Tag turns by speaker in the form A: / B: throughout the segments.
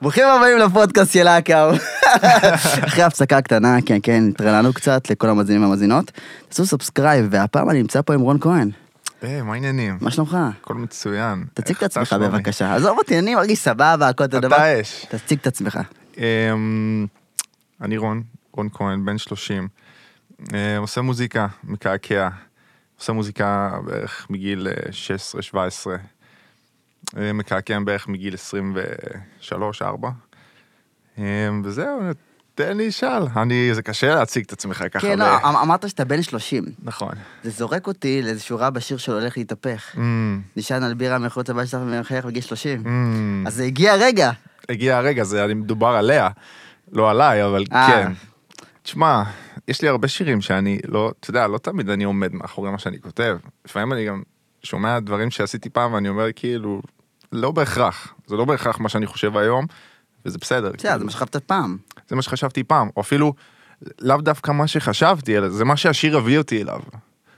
A: ברוכים הבאים לפודקאסט של האקאו. אחרי הפסקה קטנה, כן, כן, התרעננו קצת לכל המאזינים והמאזינות. תעשו סאבסקרייב, והפעם אני נמצא פה עם רון כהן.
B: היי, אה, מה העניינים?
A: מה שלומך?
B: הכל מצוין.
A: תציג את
B: איך אתה,
A: עצמך
B: שלומי?
A: בבקשה. עזוב אותי, אני מרגיש סבבה, הכל אותו
B: אתה
A: דבר.
B: האש.
A: תציג את עצמך.
B: אמ, אני רון, רון כהן, בן 30. אמ, עושה מוזיקה, מקעקע. עושה מוזיקה בערך מגיל אה, 16-17. אה, מקעקע בערך מגיל 23-4. אמ, וזהו, תן לי שאל. אני, זה קשה להציג את עצמך ככה.
A: כן,
B: ב-
A: לא, אמ- אמרת שאתה בן 30.
B: נכון.
A: זה זורק אותי לאיזשהו רע בשיר שהולך להתהפך.
B: אמ,
A: נשען על בירה מחוץ לבית שלך ומחייך בגיל 30.
B: אמ.
A: אז זה הגיע הרגע.
B: הגיע הרגע, זה אני מדובר עליה, לא עליי, אבל
A: אה.
B: כן. תשמע, יש לי הרבה שירים שאני לא, אתה יודע, לא תמיד אני עומד מאחורי מה שאני כותב. לפעמים אני גם שומע דברים שעשיתי פעם ואני אומר כאילו, לא בהכרח, זה לא בהכרח מה שאני חושב היום, וזה בסדר.
A: בסדר, זה
B: כאילו,
A: מה שחשבת פעם.
B: זה מה שחשבתי פעם, או אפילו לאו דווקא מה שחשבתי, אלא זה מה שהשיר הביא אותי אליו.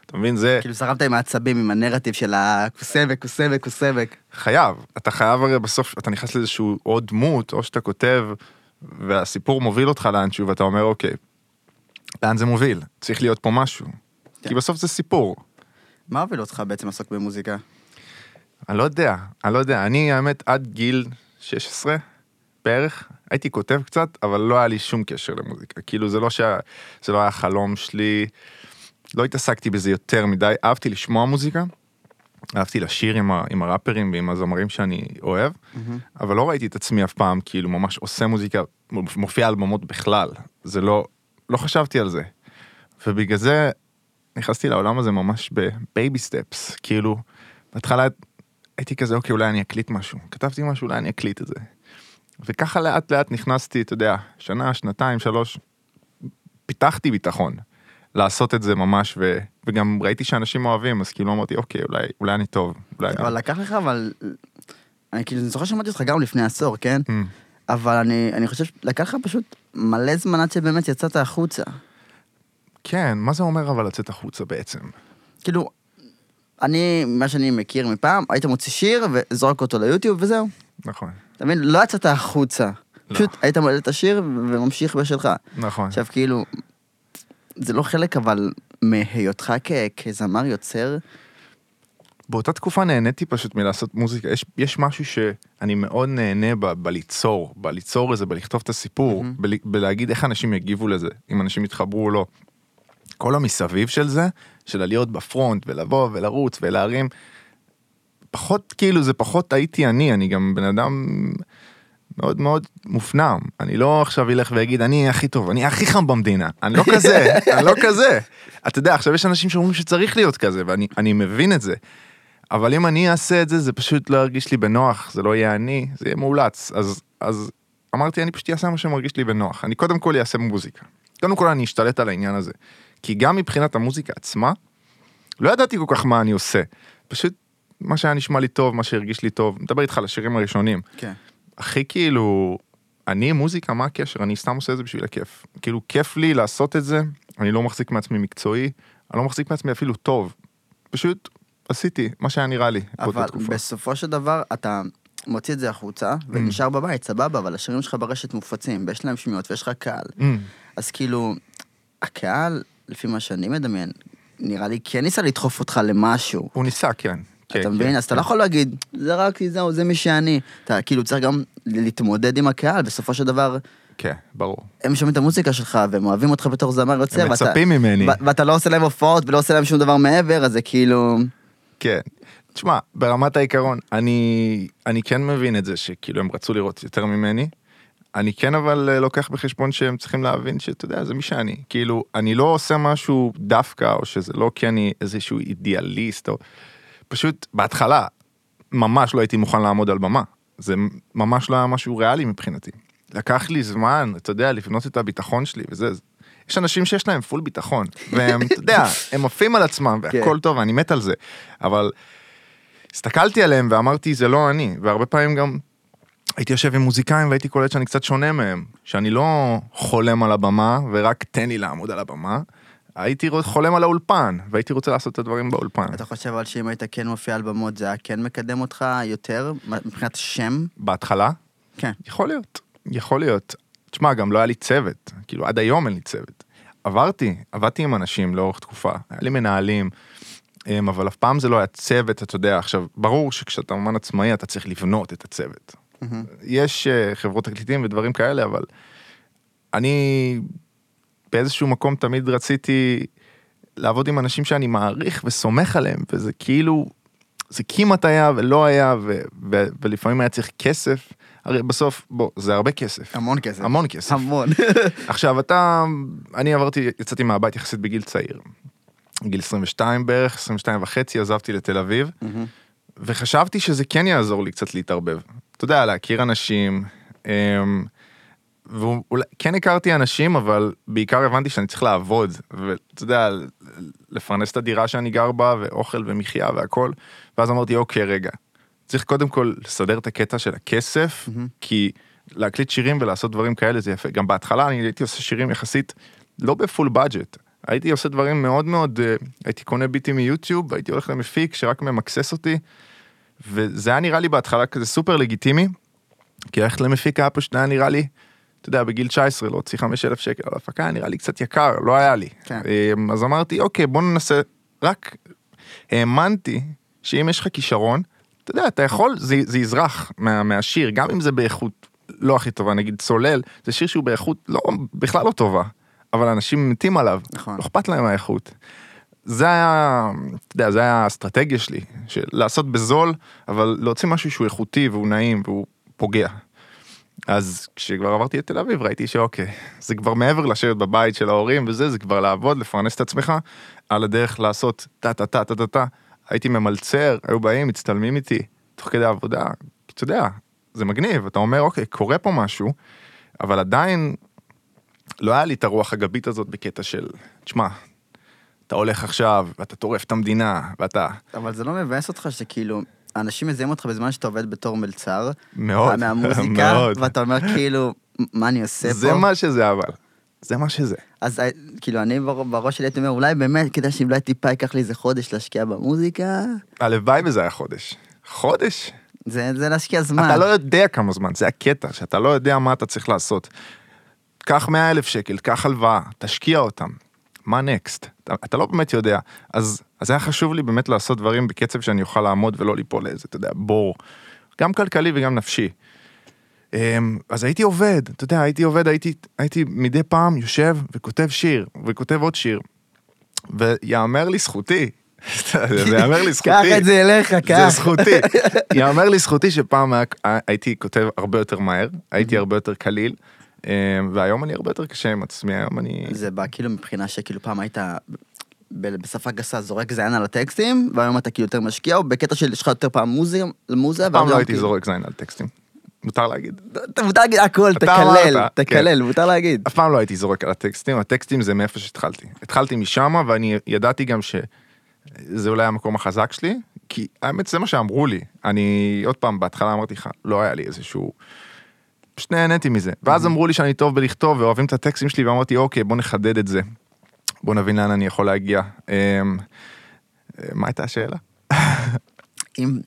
B: אתה מבין, זה
A: כאילו זרמת עם העצבים, עם הנרטיב של הכוסבק, כוסבק, כוסבק.
B: חייב, אתה חייב הרי בסוף, אתה נכנס לאיזשהו או דמות, או שאתה כותב, והסיפור מוביל אותך לאנשהו, ואתה אומר, אוקיי, לאן זה מוביל? צריך להיות פה משהו.
A: כן.
B: כי בסוף זה סיפור.
A: מה הוביל אותך בעצם לעסוק במוזיקה?
B: אני לא יודע, אני לא יודע. אני, האמת, עד גיל 16 בערך, הייתי כותב קצת, אבל לא היה לי שום קשר למוזיקה. כאילו, זה לא, שה... זה לא היה חלום שלי, לא התעסקתי בזה יותר מדי. אהבתי לשמוע מוזיקה, אהבתי לשיר עם, ה... עם הראפרים ועם הזמרים שאני אוהב, אבל לא ראיתי את עצמי אף פעם, כאילו, ממש עושה מוזיקה, מופיע על במות בכלל. זה לא, לא חשבתי על זה. ובגלל זה נכנסתי לעולם הזה ממש בבייבי סטפס, כאילו, בהתחלה הייתי כזה, אוקיי, אולי אני אקליט משהו. כתבתי משהו, אולי אני אקליט את זה. וככה לאט לאט נכנסתי, אתה יודע, שנה, שנתיים, שלוש, פיתחתי ביטחון לעשות את זה ממש, ו... וגם ראיתי שאנשים אוהבים, אז כאילו אמרתי, אוקיי, אולי, אולי אני טוב, אולי...
A: אבל לקח לך, אבל... אני כאילו, אני זוכר שמעתי אותך גם לפני עשור, כן?
B: Mm.
A: אבל אני, אני חושב, לקח לך פשוט מלא זמן עד שבאמת יצאת החוצה.
B: כן, מה זה אומר אבל לצאת החוצה בעצם?
A: כאילו, אני, מה שאני מכיר מפעם, היית מוציא שיר וזורק אותו ליוטיוב וזהו.
B: נכון,
A: אתה מבין? לא יצאת החוצה.
B: לא.
A: פשוט היית מעלה את השיר וממשיך בשלך.
B: נכון.
A: עכשיו, כאילו, זה לא חלק, אבל מהיותך כ- כזמר יוצר,
B: באותה תקופה נהניתי פשוט מלעשות מוזיקה, יש, יש משהו שאני מאוד נהנה ב, בליצור, בליצור איזה, בלכתוב את הסיפור, mm-hmm. בל, בלהגיד איך אנשים יגיבו לזה, אם אנשים יתחברו או לא. כל המסביב של זה, של להיות בפרונט ולבוא ולרוץ ולהרים, פחות כאילו זה פחות הייתי אני, אני גם בן אדם מאוד מאוד מופנם, אני לא עכשיו אלך ואגיד אני הכי טוב, אני הכי חם במדינה, אני לא כזה, אני לא כזה. אתה יודע, עכשיו יש אנשים שאומרים שצריך להיות כזה, ואני אני מבין את זה. אבל אם אני אעשה את זה, זה פשוט לא ירגיש לי בנוח, זה לא יהיה אני, זה יהיה מאולץ. אז, אז אמרתי, אני פשוט אעשה מה שמרגיש לי בנוח. אני קודם כל אעשה מוזיקה. קודם כל אני אשתלט על העניין הזה. כי גם מבחינת המוזיקה עצמה, לא ידעתי כל כך מה אני עושה. פשוט מה שהיה נשמע לי טוב, מה שהרגיש לי טוב, מדבר איתך על השירים הראשונים.
A: כן.
B: הכי כאילו, אני מוזיקה, מה הקשר? אני סתם עושה את זה בשביל הכיף. כאילו, כיף לי לעשות את זה, אני לא מחזיק מעצמי מקצועי, אני לא מחזיק מעצמי אפילו טוב. פשוט עשיתי מה שהיה נראה לי באותה
A: אבל
B: תקופה. Mm.
A: בסופו של דבר אתה מוציא את זה החוצה ונשאר בבית, סבבה, אבל השירים שלך ברשת מופצים, ויש להם שמיות ויש לך קהל.
B: Mm,
A: אז כאילו, הקהל, לפי מה שאני מדמיין, נראה לי כן ניסה לדחוף אותך למשהו.
B: הוא ניסה, כן. כן,
A: אתה
B: כן,
A: מבין? אז אתה לא יכול להגיד, זה רק לי, זהו, זה מי שאני. אתה כאילו צריך גם להתמודד עם הקהל, בסופו של דבר,
B: כן, ברור.
A: הם שומעים את המוזיקה שלך, והם אוהבים אותך בתור זמר יוצא,
B: הם
A: ואתה-
B: מצפים ממני.
A: ו- ואתה לא עושה להם הופעות ולא עושה להם שום דבר מעבר, אז זה כאילו...
B: כן. תשמע, ברמת העיקרון, אני, אני כן מבין את זה שכאילו הם רצו לראות יותר ממני. אני כן אבל אה, לוקח בחשבון שהם צריכים להבין שאתה יודע, זה מי שאני. כאילו, אני לא עושה משהו דווקא, או שזה לא כי אני איזשהו אידיאליסט, או... פשוט בהתחלה, ממש לא הייתי מוכן לעמוד על במה. זה ממש לא היה משהו ריאלי מבחינתי. לקח לי זמן, אתה יודע, לבנות את הביטחון שלי וזה. יש אנשים שיש להם פול ביטחון, והם, אתה יודע, הם עפים על עצמם והכל טוב, ואני מת על זה. אבל הסתכלתי עליהם ואמרתי, זה לא אני, והרבה פעמים גם הייתי יושב עם מוזיקאים והייתי קולט שאני קצת שונה מהם, שאני לא חולם על הבמה ורק תן לי לעמוד על הבמה, הייתי רוצ- חולם על האולפן, והייתי רוצה לעשות את הדברים באולפן.
A: אתה חושב אבל שאם היית כן מופיע על במות, זה היה כן מקדם אותך יותר, מה- מבחינת שם?
B: בהתחלה,
A: כן.
B: יכול להיות, יכול להיות. תשמע, גם לא היה לי צוות, כאילו עד היום אין לי צוות. עברתי, עבדתי עם אנשים לאורך תקופה, היה לי מנהלים, אמ, אבל אף פעם זה לא היה צוות, אתה יודע, עכשיו, ברור שכשאתה אומן עצמאי אתה צריך לבנות את הצוות.
A: מהמם.
B: יש אה, חברות תקליטים ודברים כאלה, אבל אני באיזשהו מקום תמיד רציתי לעבוד עם אנשים שאני מעריך וסומך עליהם, וזה כאילו, זה כמעט היה ולא היה, ו- ו- ולפעמים היה צריך כסף, הרי בסוף, בוא, זה הרבה כסף.
A: המון כסף.
B: המון כסף.
A: המון.
B: עכשיו אתה, אני עברתי, יצאתי מהבית יחסית בגיל צעיר. גיל 22 בערך, 22 וחצי, עזבתי לתל אביב,
A: מהמם.
B: וחשבתי שזה כן יעזור לי קצת להתערבב. אתה יודע, להכיר אנשים, אמ, ואולי כן הכרתי אנשים, אבל בעיקר הבנתי שאני צריך לעבוד, ואתה יודע, לפרנס את הדירה שאני גר בה, ואוכל ומחיה והכל, ואז אמרתי, אוקיי, רגע, צריך קודם כל לסדר את הקטע של הכסף,
A: מהמם.
B: כי להקליט שירים ולעשות דברים כאלה זה יפה. גם בהתחלה אני הייתי עושה שירים יחסית לא בפול בדג'ט. הייתי עושה דברים מאוד מאוד, אה, הייתי קונה ביטים מיוטיוב, הייתי הולך למפיק שרק ממקסס אותי, וזה היה נראה לי בהתחלה כזה סופר לגיטימי, כי ללכת למפיק היה פשוט היה נראה לי, אתה יודע, בגיל 19 להוציא 5,000 שקל על הפקה היה נראה לי קצת יקר, לא היה לי.
A: כן.
B: אה, אז אמרתי, אוקיי, בוא ננסה, רק האמנתי שאם יש לך כישרון, אתה יודע, אתה יכול, זה, זה יזרח מה, מהשיר, גם אם זה באיכות לא הכי טובה, נגיד צולל, זה שיר שהוא באיכות לא, בכלל לא טובה, אבל אנשים מתים עליו,
A: נכון.
B: לא אכפת להם מהאיכות. זה היה, אתה יודע, זה היה האסטרטגיה שלי, של לעשות בזול, אבל להוציא משהו שהוא איכותי והוא נעים והוא פוגע. אז כשכבר עברתי לתל אביב ראיתי שאוקיי, זה כבר מעבר לשבת בבית של ההורים וזה, זה כבר לעבוד, לפרנס את עצמך, על הדרך לעשות טה טה טה טה טה טה. הייתי ממלצר, היו באים, מצטלמים איתי, תוך כדי העבודה, אתה יודע, זה מגניב, אתה אומר אוקיי, קורה פה משהו, אבל עדיין לא היה לי את הרוח הגבית הזאת בקטע של, תשמע, אתה הולך עכשיו, ואתה טורף את המדינה, ואתה
A: אבל זה לא מבאס אותך שכאילו, אנשים מזהים אותך בזמן שאתה עובד בתור מלצר,
B: מאוד,
A: מהמוזיקה,
B: מאוד.
A: ואתה אומר כאילו, מה אני עושה פה?
B: זה מה שזה אבל, זה מה שזה.
A: אז אה, כאילו, אני בר- בראש שלי הייתי אומר, אולי באמת כדאי שאולי טיפה ייקח לי איזה חודש להשקיע במוזיקה,
B: הלוואי וזה היה חודש. חודש?
A: זה זה להשקיע זמן.
B: אתה לא יודע כמה זמן, זה הקטע, שאתה לא יודע מה אתה צריך לעשות. קח 100 אלף שקל, קח הלוואה, תשקיע אותם. מה נקסט? אתה, אתה לא באמת יודע. אז, אז היה חשוב לי באמת לעשות דברים בקצב שאני אוכל לעמוד ולא ליפול לאיזה, אתה יודע, בור. גם כלכלי וגם נפשי. אמ, אז הייתי עובד, אתה יודע, הייתי עובד, הייתי, הייתי מדי פעם יושב וכותב שיר, וכותב עוד שיר. ויאמר לזכותי, זה יאמר לזכותי.
A: קח את זה אליך, קח.
B: זה זכותי. יאמר לזכותי שפעם היה- הייתי כותב הרבה יותר מהר, הייתי הרבה יותר קליל, אה, והיום אני הרבה יותר קשה עם עצמי, היום אני...
A: זה בא כאילו מבחינה שכאילו פעם היית ב- בשפה גסה זורק זיין על הטקסטים, והיום אתה כאילו יותר משקיע, או בקטע של יש לך יותר פעם מוזה, מוזה, ואז
B: פעם לא
A: גם
B: הייתי
A: כאילו-
B: זורק זין על טקסטים, מותר להגיד.
A: אתה- מותר להגיד הכל,
B: אתה
A: תקלל,
B: אמרת, כן.
A: תקלל, מותר להגיד.
B: אף פעם לא הייתי זורק על הטקסטים, הטקסטים זה מאיפה שהתחלתי. התחלתי משם ואני ידעתי גם שזה אולי המקום החזק שלי, כי האמת זה מה שאמרו לי. אני עוד פעם בהתחלה אמרתי לך, לא היה לי איזשהו... פשוט נהניתי מזה. ואז אמרו לי שאני טוב בלכתוב ואוהבים את הטקסטים שלי ואמרתי אוקיי בוא נחדד את זה. בוא נבין לאן אני יכול להגיע. אמ, אה, מה הייתה השאלה?
A: אם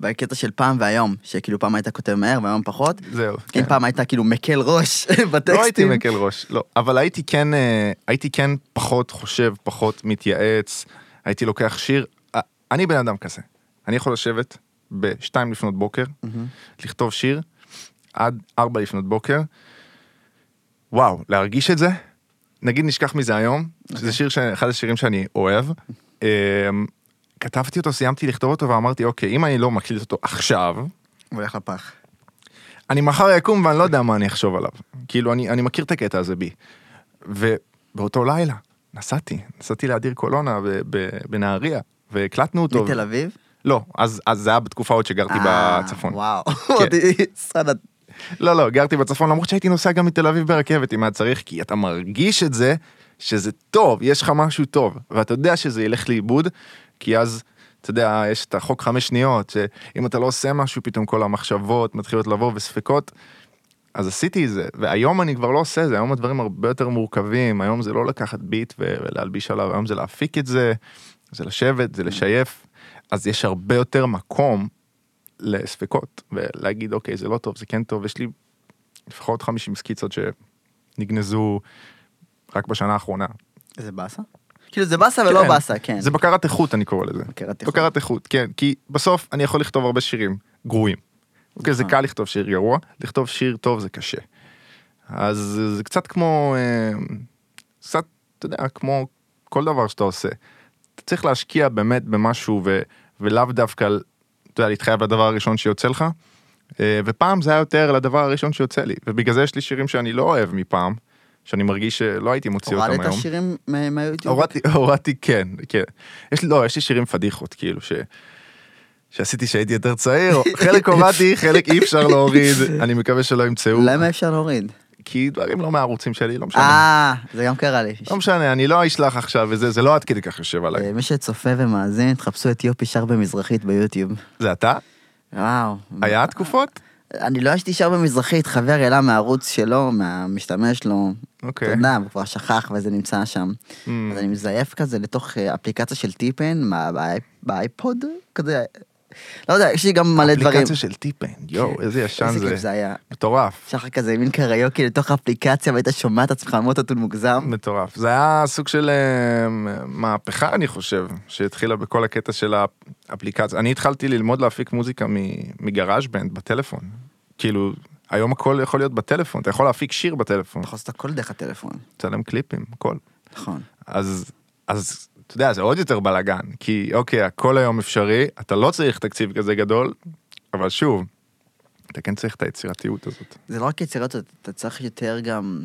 A: בקטע של פעם והיום, שכאילו פעם היית כותב מהר והיום פחות,
B: זהו.
A: אם
B: כן.
A: פעם היית כאילו מקל ראש בטקסטים.
B: לא הייתי מקל ראש, לא, אבל הייתי כן, אה, הייתי כן פחות חושב, פחות מתייעץ, הייתי לוקח שיר, אה, אני בן אדם כזה, אני יכול לשבת בשתיים לפנות בוקר,
A: מהמם.
B: לכתוב שיר עד ארבע לפנות בוקר, וואו, להרגיש את זה, נגיד נשכח מזה היום,
A: אוקיי.
B: שזה שיר, ש- אחד השירים שאני אוהב, אה, כתבתי אותו, סיימתי לכתוב אותו ואמרתי, אוקיי, אם אני לא מקליט אותו עכשיו,
A: הוא הולך לפח.
B: אני מחר אקום ואני לא יודע מה אני אחשוב עליו. כאילו, אני, אני מכיר את הקטע הזה בי. ובאותו לילה נסעתי, נסעתי לאדיר קולונה ב- ב- בנהריה, והקלטנו אותו.
A: מתל אביב?
B: לא, אז, אז זה היה בתקופה עוד שגרתי
A: אה,
B: בצפון. כן.
A: וואו.
B: לא, לא, גרתי בצפון, למרות שהייתי נוסע גם מתל אביב ברכבת אם היה צריך, כי אתה מרגיש את זה, שזה טוב, יש לך משהו טוב, ואתה יודע שזה ילך לאיבוד, כי אז, אתה יודע, יש את החוק חמש שניות, שאם אתה לא עושה משהו, פתאום כל המחשבות מתחילות לבוא וספקות. אז עשיתי את זה, והיום אני כבר לא עושה את זה, היום הדברים הרבה יותר מורכבים, היום זה לא לקחת ביט ו- ולהלביש עליו, היום זה להפיק את זה, זה לשבת, זה לשייף, אז יש הרבה יותר מקום לספקות ולהגיד אוקיי זה לא טוב זה כן טוב יש לי לפחות 50 סקיצות שנגנזו רק בשנה האחרונה.
A: זה באסה? כאילו זה באסה ולא
B: כן.
A: באסה, כן.
B: זה לא בקרת איכות אני קורא לזה.
A: בקרת איכות.
B: בקרת איכות כן כי בסוף אני יכול לכתוב הרבה שירים גרועים. אוקיי זה
A: נכון.
B: קל לכתוב שיר גרוע לכתוב שיר טוב זה קשה. אז זה קצת כמו אה, קצת אתה יודע כמו כל דבר שאתה עושה. אתה צריך להשקיע באמת במשהו ו, ולאו דווקא אתה יודע, להתחייב לדבר הראשון שיוצא לך. אה, ופעם זה היה יותר לדבר הראשון שיוצא לי ובגלל זה יש לי שירים שאני לא אוהב מפעם. שאני מרגיש שלא הייתי מוציא אותם היום.
A: הורדת שירים מה- מהיוטיוב?
B: הורדתי, הורדתי כן, כן. יש לי, לא, יש לי שירים פדיחות, כאילו, ש... שעשיתי שהייתי יותר צעיר, חלק הורדתי, חלק אי אפשר להוריד, אני מקווה שלא ימצאו,
A: למה אפשר להוריד?
B: כי דברים לא מהערוצים שלי, לא משנה.
A: אה, זה גם קרה לי.
B: לא משנה, אני לא אשלח עכשיו וזה, זה לא עד כדי כך יושב עליי.
A: אה, מי שצופה ומאזין, תחפשו אתיופי שר במזרחית ביוטיוב.
B: זה אתה?
A: וואו.
B: היה תקופות?
A: אני לא אשתי שר במזרחית, חבר העלה מהערוץ שלו, מהמשתמש שלו.
B: אוקיי.
A: אתה יודע, הוא כבר שכח וזה נמצא שם.
B: Mm.
A: אז אני מזייף כזה לתוך אה, אפליקציה של טיפן, מה- באי- באייפוד, כזה. לא יודע, יש לי גם מלא דברים.
B: אפליקציה של טיפן, יואו, איזה ישן
A: איזה כיף
B: זה.
A: זה היה.
B: מטורף,
A: שחר כזה מין קריוקי לתוך האפליקציה והיית שומע את עצמך מאוד עטול מוגזם.
B: מטורף. זה היה סוג של אה, מהפכה, אני חושב, שהתחילה בכל הקטע של האפליקציה. אני התחלתי ללמוד להפיק מוזיקה מ- מגראז' בנד בטלפון. כאילו, היום הכל יכול להיות בטלפון, אתה יכול להפיק שיר בטלפון,
A: אתה יכול לעשות הכל דרך הטלפון.
B: תצלם קליפים, הכל.
A: נכון.
B: אז, אז, אתה יודע, זה עוד יותר בלאגן, כי אוקיי, הכל היום אפשרי, אתה לא צריך תקציב כזה גדול, אבל שוב, אתה כן צריך את היצירתיות הזאת.
A: זה לא רק יצירות, אתה- אתה צריך יותר גם...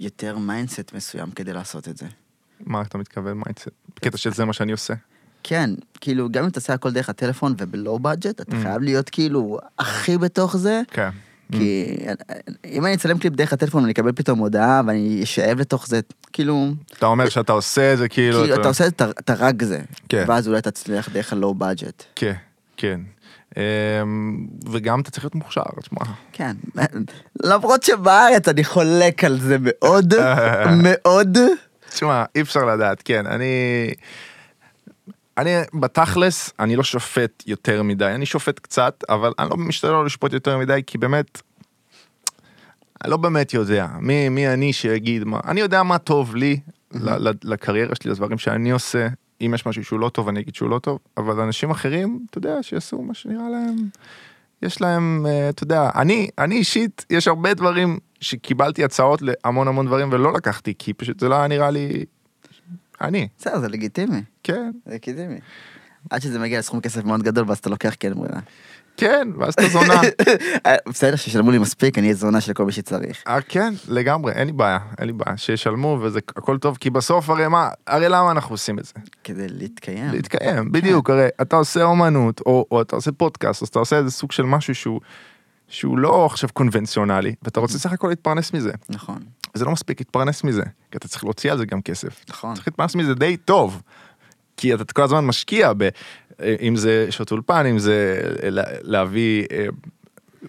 A: יותר מיינדסט מסוים כדי לעשות את זה.
B: מה אתה מתכוון, מה יצא? בקטע של זה מה שאני עושה.
A: כן, כאילו, גם אם תעשה הכל דרך הטלפון ובלואו בדג'ט, אתה
B: Mm.
A: חייב להיות כאילו הכי בתוך זה,
B: כן.
A: כי אם אני אצלם קליפ דרך הטלפון, אני אקבל פתאום הודעה ואני אשאב לתוך זה, כאילו,
B: אתה אומר שאתה עושה את זה כאילו...
A: כאילו, אתה עושה את ה- את הרג זה,
B: כן.
A: ואז אולי תצליח דרך הלואו בדג'ט.
B: כן, כן. אמ, וגם אתה צריך להיות מוכשר, תשמע.
A: כן, למרות שבארץ אני חולק על זה מאוד, מאוד.
B: תשמע, אי אפשר לדעת, כן, אני... אני בתכלס, אני לא שופט יותר מדי, אני שופט קצת, אבל אני לא משתדל לא לשפוט יותר מדי, כי באמת, אני לא באמת יודע, מי, מי אני שיגיד מה, אני יודע מה טוב לי, ל- ל- לקריירה שלי, לדברים שאני עושה, אם יש משהו שהוא לא טוב, אני אגיד שהוא לא טוב, אבל אנשים אחרים, אתה יודע, שיעשו מה שנראה להם, יש להם, אה, אתה יודע, אני, אני אישית, יש הרבה דברים שקיבלתי הצעות להמון המון דברים ולא לקחתי, כי פשוט זה לא היה נראה לי, אני,
A: בסדר, זה לגיטימי,
B: כן,
A: זה לגיטימי. עד שזה מגיע לסכום כסף מאוד גדול, ואז אתה לוקח כי אין ברירה.
B: כן, ואז אתה זונה.
A: בסדר, שישלמו לי מספיק, אני אהיה זונה של כל מי שצריך.
B: אה, כן, לגמרי, אין לי בעיה, אין לי בעיה, שישלמו וזה הכל טוב, כי בסוף הרי מה, הרי למה אנחנו עושים את זה?
A: כדי להתקיים.
B: להתקיים, בדיוק, הרי אתה עושה אומנות, או, או אתה עושה פודקאסט, אז אתה עושה איזה סוג של משהו שהוא, שהוא לא עכשיו קונבנציונלי, ואתה רוצה סך הכל להתפרנס מזה.
A: נכון,
B: זה לא מספיק להתפרנס מזה, כי אתה צריך להוציא על זה גם כסף.
A: נכון.
B: צריך להתפרנס מזה די טוב, כי אתה כל הזמן משקיע ב... אה, אם זה שעות אולפן, אם זה לה- להביא אה,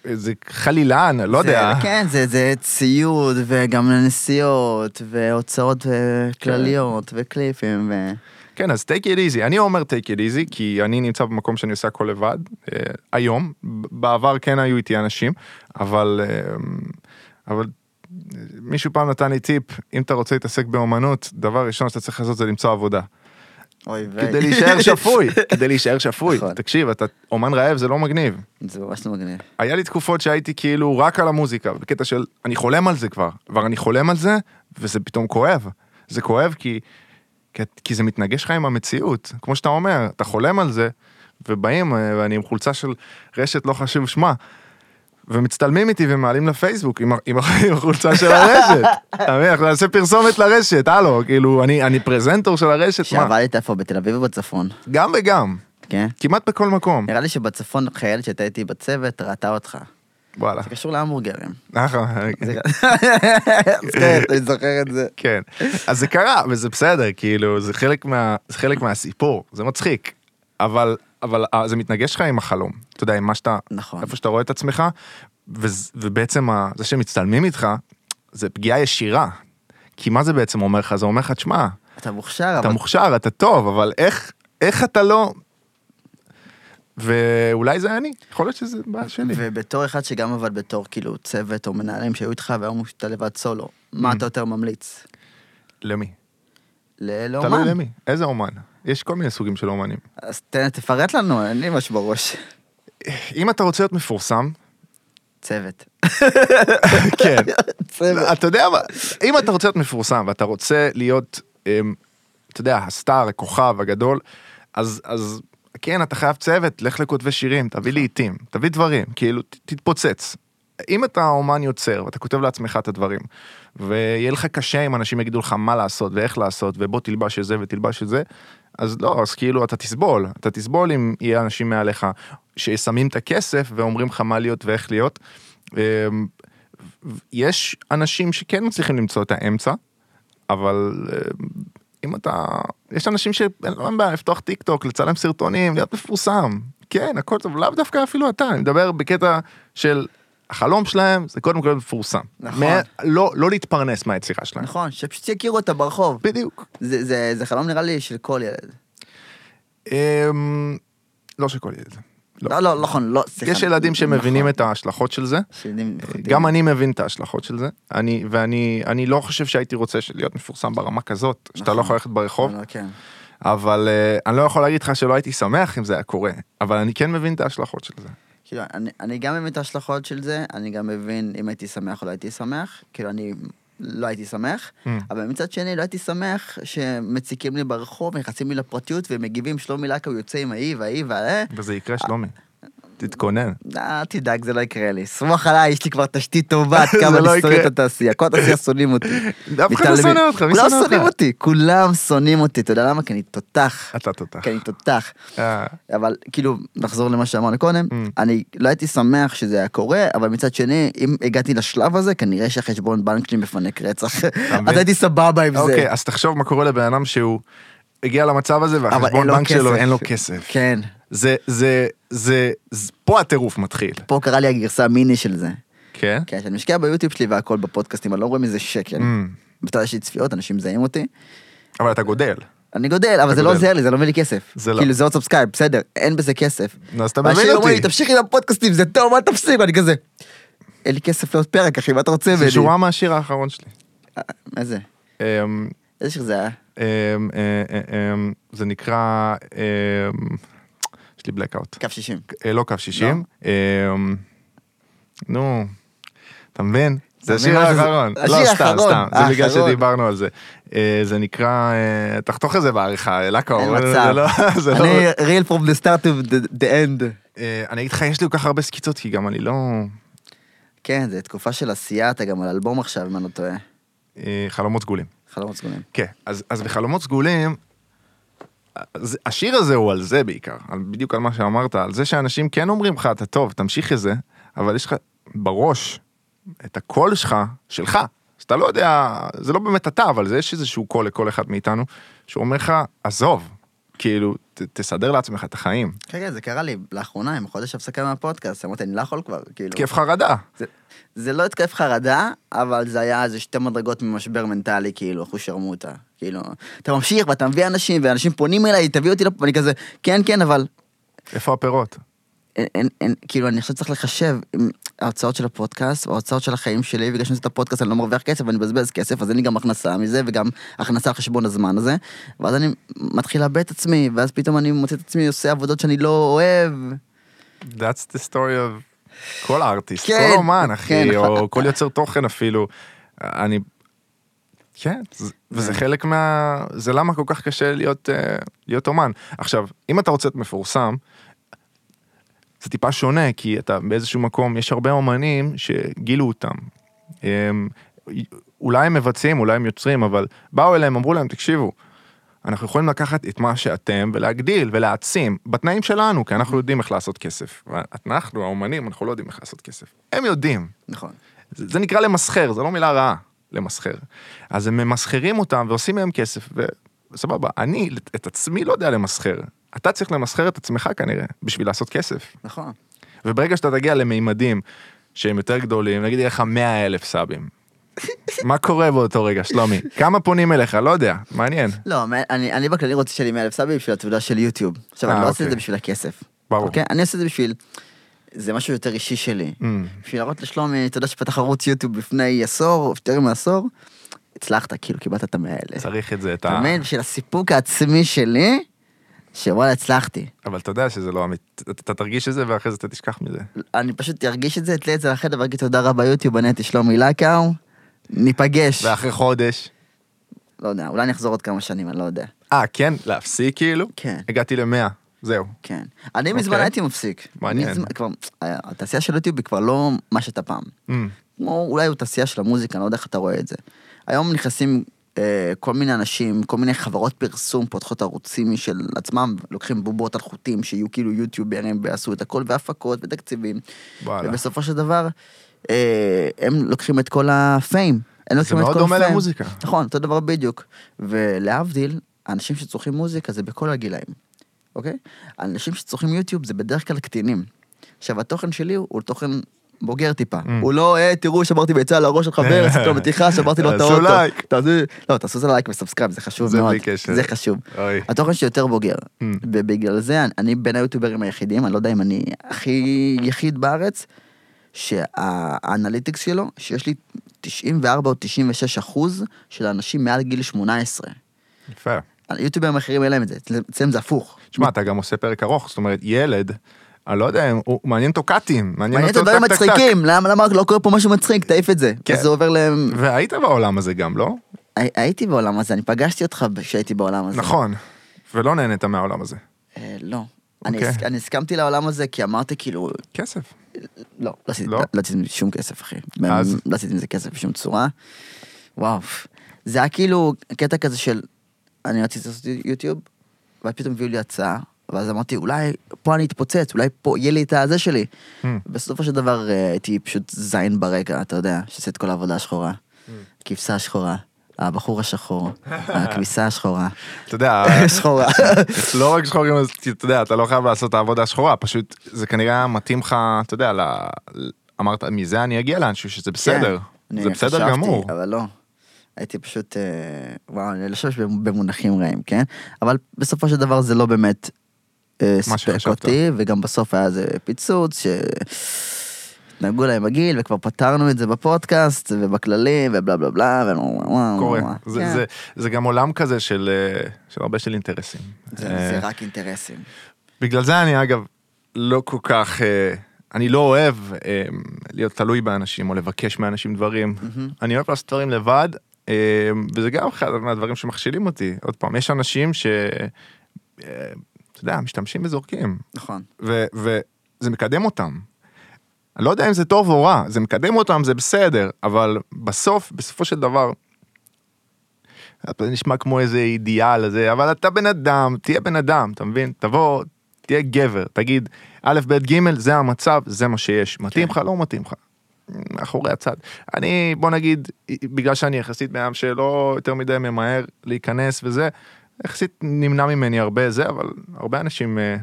B: איזה חלילן, לא
A: זה-
B: יודע.
A: כן, זה- זה ציוד, וגם לנסיעות, והוצאות אה, כלליות, וקליפים, ו...
B: כן, אז take it easy. אני אומר take it easy, כי אני נמצא במקום שאני עושה הכל לבד, אה, היום. ב- בעבר כן היו איתי אנשים, אבל... אה, אבל מישהו פעם נתן לי טיפ, אם אתה רוצה להתעסק באומנות, דבר ראשון שאתה צריך לעשות זה למצוא עבודה.
A: אוי ויי.
B: כדי להישאר שפוי, כדי להישאר שפוי.
A: נכון.
B: תקשיב, אתה אומן רעב זה לא מגניב.
A: זה ממש לא מגניב.
B: היה לי תקופות שהייתי כאילו רק על המוזיקה, בקטע של אני חולם על זה כבר, כבר אני חולם על זה, וזה פתאום כואב. זה כואב כי, כי, כי זה מתנגש לך עם המציאות, כמו שאתה אומר, אתה חולם על זה, ובאים, אה, ואני עם חולצה של רשת לא חשוב שמה, ומצטלמים איתי ומעלים לפייסבוק עם, ה- עם, ה- עם החולצה של הרשת. אתה מבין, אנחנו נעשה פרסומת לרשת, הלו, כאילו, אני, אני פרזנטור של הרשת, מה?
A: שעבדת איפה? בתל אביב או בצפון?
B: גם וגם,
A: כן?
B: כמעט בכל מקום.
A: נראה לי שבצפון חיילת שהייתה איתי בצוות ראתה אותך.
B: וואלה.
A: זה קשור להמבורגרים.
B: נכון.
A: כן. זה- אז כן, אני זוכר את זה.
B: כן, אז זה קרה וזה בסדר, כאילו זה חלק מה- זה חלק מהסיפור, זה מצחיק, אבל אבל אה, זה מתנגש לך עם החלום, אתה יודע, עם מה שאתה,
A: נכון.
B: איפה שאתה רואה את עצמך, וז- ובעצם ה- זה שמצטלמים איתך, זה פגיעה ישירה, כי מה זה בעצם אומר לך? זה אומר לך, תשמע,
A: אתה מוכשר,
B: אתה
A: אבל
B: מוכשר, אתה טוב, אבל איך איך אתה לא... ואולי זה אני, יכול להיות שזה בעיה שלי.
A: ובתור אחד שגם עבד בתור כאילו צוות או מנהלים שהיו איתך והיום אתה לבד סולו,
B: Mm.
A: מה אתה יותר ממליץ?
B: למי? תלוי
A: לאומן.
B: למי. איזה אומן? יש כל מיני סוגים של אומנים.
A: אז תן- תפרט לנו, אין לי משהו בראש.
B: אם אתה רוצה להיות מפורסם,
A: צוות.
B: כן.
A: צוות.
B: אתה יודע מה, אם אתה רוצה להיות מפורסם ואתה רוצה להיות, אמ, אתה יודע, הסטאר, הכוכב הגדול, אז, אז כן, אתה חייב צוות, לך לכותבי שירים, תביא לעיתים, תביא דברים, כאילו, ת- תתפוצץ. אם אתה אומן יוצר ואתה כותב לעצמך את הדברים, ויהיה לך קשה אם אנשים יגידו לך מה לעשות ואיך לעשות, ובוא תלבש את זה ותלבש את זה, אז לא, אז כאילו אתה תסבול, אתה תסבול אם יהיה אנשים מעליך ששמים את הכסף ואומרים לך מה להיות ואיך להיות. אמ, יש אנשים שכן מצליחים למצוא את האמצע, אבל אה, אם אתה, יש אנשים שאין להם בעיה לפתוח טיק טוק, לצלם סרטונים, להיות מפורסם, כן, הכל טוב, לאו דווקא אפילו אתה, אני מדבר בקטע של החלום שלהם זה קודם כל להיות מפורסם.
A: נכון.
B: מה- לא, לא להתפרנס מהיצירה שלהם.
A: נכון, שפשוט יכירו אותה ברחוב.
B: בדיוק.
A: זה- זה זה חלום נראה לי של כל ילד.
B: אמ, לא שכל ילד. לא.
A: לא, לא, נכון, לא, סליחה.
B: יש ילדים שמבינים
A: נכון,
B: את ההשלכות של זה.
A: שיודעים-
B: גם אני מבין את ההשלכות של זה, אני, ואני אני לא חושב שהייתי רוצה להיות מפורסם ברמה כזאת, שאתה לא
A: נכון.
B: יכול ללכת ברחוב,
A: לא, כן.
B: אבל אה, אני לא יכול להגיד לך שלא הייתי שמח אם זה היה קורה, אבל אני כן מבין את ההשלכות של זה.
A: כאילו, אני, אני גם מבין את ההשלכות של זה, אני גם מבין אם הייתי שמח או לא הייתי שמח, כאילו, אני לא הייתי שמח,
B: Mm.
A: אבל מצד שני, לא הייתי שמח שמציקים לי ברחוב, נכנסים לי לפרטיות ומגיבים שלומי לקה, הוא יוצא עם ההיא וההיא והאה,
B: וזה יקרה, שלומי. תתכונן.
A: אל תדאג, זה לא יקרה לי. סמוך עליי, יש לי כבר תשתית טובה, עד כמה
B: זה לא
A: אני שונא את
B: יקרה.
A: התעשייה. כל התעשייה שונאים אותי.
B: אף אחד לא
A: מתעלמים.
B: שונא אותך, מי
A: כולם
B: שונא אותך?
A: שונאים אותי, כולם שונאים אותי, אתה יודע למה? כי אני תותח.
B: אתה תותח.
A: כי אני תותח.
B: אה,
A: אבל כאילו, נחזור למה שאמרנו קודם,
B: Mm.
A: אני לא הייתי שמח שזה היה קורה, אבל מצד שני, אם הגעתי לשלב הזה, כנראה שהחשבון בנק שלי מפנק רצח.
B: מבין?
A: אז הייתי סבבה עם זה.
B: אוקיי, אז תחשוב מה קורה לבן אדם שהוא הגיע למצב הזה
A: אבל אין
B: והחשבון
A: לו
B: בנק שלו
A: כסף.
B: אין לו כסף.
A: כן,
B: זה, זה, זה, זה- פה הטירוף מתחיל.
A: פה קרה לי הגרסה המיני של זה.
B: כן?
A: כן, שאני משקיע ביוטיוב שלי והכל בפודקאסטים, אני לא רואה מזה שקל.
B: Mm.
A: בצד יש לי צפיות, אנשים מזהים אותי.
B: אבל אתה גודל.
A: אני גודל, אבל זה לא
B: גודל.
A: עוזר לי, זה לא מביא לי כסף.
B: זה לא.
A: כאילו, זה עוד סאבסקייב, בסדר, אין בזה כסף.
B: נו, אז אתה
A: ואנשים
B: מבין
A: אומרים לי,
B: אותי.
A: תמשיך עם הפודקאסטים, זה טוב, אל תפסיק, ואני כזה. אין לי כסף לעוד פרק, אחי, מה אתה רוצה
B: זה
A: ממני?
B: שורה מהשיר האחרון שלי.
A: אה, מה זה?
B: אמ,
A: איזה שיר זה היה?
B: אמ, אה, אה, אמ, זה נקרא, אמ, יש לי blackout.
A: קו 60.
B: אה, לא קו 60. אמ, נו, אתה מבין? זה
A: אתה מבין
B: השיר
A: מה שזה-
B: האחרון. לא,
A: השיר
B: סתם,
A: האחרון,
B: סתם, זה בגלל
A: האחרון.
B: שדיברנו על זה. אה, זה נקרא, אה, תחתוך את זה בעריכה, לקו.
A: אין
B: אה, זה
A: מצב.
B: לא- זה לא-
A: אני real from the start to the- the end.
B: אה, אני אגיד לך, יש לי כל כך הרבה סקיצות, כי גם אני לא...
A: כן, זו תקופה של עשייה, אתה גם על אלבום עכשיו, אם אני לא טועה.
B: אה, חלומות סגולים.
A: חלומות סגולים.
B: כן, אז, אז בחלומות סגולים, אז השיר הזה הוא על זה בעיקר, על, בדיוק על מה שאמרת, על זה שאנשים כן אומרים לך, אתה טוב, תמשיך את זה, אבל יש לך בראש את הקול שלך, שלך, שאתה לא יודע, זה לא באמת אתה, אבל זה יש איזשהו קול לכל אחד מאיתנו, שאומר לך, עזוב, כאילו, ת, תסדר לעצמך את החיים,
A: כן, כן, זה קרה לי לאחרונה, עם חודש הפסקה מהפודקאסט, אמרתי, אני לא יכול כבר, כאילו.
B: התקף חרדה.
A: זה- זה לא התקף חרדה, אבל זה היה איזה שתי מדרגות ממשבר מנטלי, כאילו, אחוז שרמוטה. כאילו, אתה ממשיך ואתה מביא אנשים, ואנשים פונים אליי, תביא אותי לפה, ואני כזה, כן, כן, אבל...
B: איפה הפירות?
A: אין, אין, אין, כאילו, אני עכשיו צריך לחשב אם ההוצאות של הפודקאסט, או ההוצאות של החיים שלי, בגלל שאני עושה את הפודקאסט אני לא מרוויח כסף, אני מבזבז כסף, אז אין לי גם הכנסה מזה, וגם הכנסה על חשבון הזמן הזה. ואז אני מתחיל לאבד את עצמי, ואז פתאום אני מוצא את עצמי עושה עבודות שאני לא אוהב.
B: That's the story of כל ארטיסט,
A: כן,
B: כל אומן,
A: כן,
B: אחי,
A: נכון.
B: או כל יוצר תוכן אפילו. אני... כן, זה- וזה חלק מה... זה למה כל כך קשה להיות, אה, להיות אומן. עכשיו, אם אתה רוצה להיות מפורסם, זה טיפה שונה, כי אתה באיזשהו מקום, יש הרבה אומנים שגילו אותם. הם, אולי הם מבצעים, אולי הם יוצרים, אבל באו אליהם, אמרו להם, תקשיבו, אנחנו יכולים לקחת את מה שאתם ולהגדיל ולהעצים בתנאים שלנו, כי אנחנו יודעים איך לעשות כסף. אנחנו, האומנים, אנחנו לא יודעים איך לעשות כסף. הם יודעים.
A: נכון.
B: זה, זה נקרא למסחר, זו לא מילה רעה, למסחר. אז הם ממסחרים אותם ועושים מהם כסף, וסבבה, אני את עצמי לא יודע למסחר. אתה צריך למסחר את עצמך כנראה, בשביל לעשות כסף.
A: נכון.
B: וברגע שאתה תגיע למימדים שהם יותר גדולים, נגיד יהיה לך 100 אלף סאבים. מה קורה באותו רגע, שלומי? כמה פונים אליך? לא יודע, מעניין.
A: לא, מ- אני, אני בכללי רוצה שיהיה לי 100,000 סאבים בשביל התעודה של יוטיוב. עכשיו,
B: אה,
A: אני לא עושה את זה
B: אוקיי.
A: בשביל הכסף.
B: ברור. Mm.
A: אוקיי? אני עושה את זה בשביל... זה משהו יותר אישי שלי. בשביל להראות לשלומי, אתה יודע שפתח ערוץ יוטיוב לפני עשור, יותר מעשור, הצלחת, כאילו, קיבלת את המאה האלה.
B: צריך את זה, את
A: אתה
B: ה...
A: מבין? בשביל הסיפוק העצמי שלי, שוואלה, הצלחתי.
B: אבל אתה יודע שזה לא אמיתי, אתה- אתה תרגיש את זה ואחרי זה אתה תשכח מזה.
A: אני פשוט ארגיש את זה, אתלה את זה לחדר ואגיד תודה רבה יוטיוב, אני הייתי שלומי לקאו, ניפגש.
B: ואחרי חודש,
A: לא יודע, אולי אני אחזור עוד כמה שנים, אני לא יודע.
B: אה, כן, להפסיק כאילו?
A: כן.
B: הגעתי למאה, זהו.
A: כן. אני מזמן הייתי מפסיק.
B: מעניין.
A: מזמן- כבר- אה, התעשייה של יוטיוב היא כבר לא מה שאתה פעם.
B: Mm.
A: כמו אולי הוא תעשייה של המוזיקה, אני לא יודע איך אתה רואה את זה. היום נכנסים אה, כל מיני אנשים, כל מיני חברות פרסום, פותחות ערוצים משל עצמם, לוקחים בובות על חוטים שיהיו כאילו יוטיוברים ויעשו את הכל, והפקות ותקציבים.
B: וואלה.
A: ובסופו של דבר, אה, הם לוקחים את כל הפיים. הם לוקחים את
B: מאוד
A: כל
B: דומה
A: הפיים.
B: למוזיקה.
A: נכון, אותו דבר בדיוק. ולהבדיל, האנשים שצורכים מוזיקה זה בכל הגילאים, אוקיי? האנשים שצורכים יוטיוב זה בדרך כלל קטינים. עכשיו, התוכן שלי הוא- הוא תוכן בוגר טיפה.
B: Mm.
A: הוא לא, אה, תראו, שברתי ביצה על הראש של חבר, עשיתי לו מתיחה, שברתי לו את
B: תעשו
A: האוטו.
B: לייק.
A: תעשו לא, תעשו את הלייק וסאבסקרייב, זה חשוב
B: זה
A: מאוד.
B: בלי קשר.
A: זה חשוב.
B: אוי. Mm.
A: התוכן שלי יותר בוגר. ובגלל זה אני- אני בין היוטיוברים היחידים, אני לא יודע אם אני הכי יחיד בארץ, שהאנליטיקס שלו, שיש לי 94 או 96 אחוז של אנשים מעל גיל 18.
B: יפה.
A: יוטיוברים אחרים אין להם את זה, אצל- אצלם זה הפוך.
B: תשמע, אתה גם עושה פרק ארוך, זאת אומרת, ילד, אני לא יודע, הוא- הוא מעניין אותו קאטים.
A: מעניין את
B: אותו
A: הדברים
B: טק, טק, טק.
A: מצחיקים, למה למה לא קורה פה משהו מצחיק, תעיף את זה.
B: כן.
A: אז זה עובר להם...
B: והיית בעולם הזה גם, לא?
A: הי- הייתי בעולם הזה, אני פגשתי אותך כשהייתי בעולם הזה.
B: נכון. ולא נהנית מהעולם הזה.
A: אה, לא. אני
B: אוקיי.
A: הס- אני הסכמתי לעולם הזה כי אמרתי כאילו,
B: כסף.
A: לא, לא עשיתי-
B: לא?
A: לא עשיתי מזה שום כסף, אחי.
B: אז?
A: לא עשיתי מזה כסף בשום צורה. וואו. זה היה כאילו קטע כזה של, אני רציתי לעשות יוטיוב, ואז פתאום הביאו לי הצעה, ואז אמרתי, אולי פה אני אתפוצץ, אולי פה יהיה לי את הזה שלי.
B: Hmm.
A: בסופו של דבר אה, הייתי פשוט זין ברקע, אתה יודע, שעושה את כל העבודה השחורה.
B: Hmm.
A: הכבשה השחורה, הבחור השחור, הכביסה השחורה,
B: אתה יודע,
A: שחורה.
B: לא רק שחורים, אז אתה יודע, אתה לא חייב לעשות את העבודה השחורה, פשוט זה כנראה היה מתאים לך, אתה יודע, ל- אמרת, מזה אני אגיע לאנשהו שזה בסדר.
A: כן,
B: זה
A: אני
B: בסדר
A: חשבתי,
B: גמור.
A: אבל לא. הייתי פשוט, אה, וואו, אני לא חושב במונחים רעים, כן? אבל בסופו של דבר זה לא באמת אה, סיפק
B: שחשבת.
A: אותי, וגם בסוף היה איזה פיצוץ, ש... התנהגו להם בגיל, וכבר פתרנו את זה בפודקאסט, ובכללים, ובלה בלה בלה, וואו,
B: קורה.
A: וואו.
B: זה-
A: כן.
B: זה- זה גם עולם כזה של אה, של הרבה של אינטרסים.
A: זה-
B: אה,
A: זה רק אינטרסים.
B: בגלל זה אני אגב לא כל כך, אה, אני לא אוהב אה, להיות תלוי באנשים או לבקש מאנשים דברים. אני אוהב לעשות דברים לבד, אה, וזה גם אחד מהדברים שמכשילים אותי. עוד פעם, יש אנשים ש... אה, אתה יודע, משתמשים וזורקים,
A: נכון.
B: ו- וזה מקדם אותם. אני לא יודע אם זה טוב או רע, זה מקדם אותם, זה בסדר, אבל בסוף, בסופו של דבר, אתה נשמע כמו איזה אידיאל הזה, אבל אתה בן אדם, תהיה בן אדם, אתה מבין? תבוא, תהיה גבר, תגיד, א', ב', ג', זה המצב, זה מה שיש. מתאים לך, לא מתאים לך. מאחורי הצד. אני, בוא נגיד, בגלל שאני יחסית בן אדם שלא יותר מדי ממהר להיכנס וזה, יחסית נמנע ממני הרבה זה, אבל הרבה אנשים אה,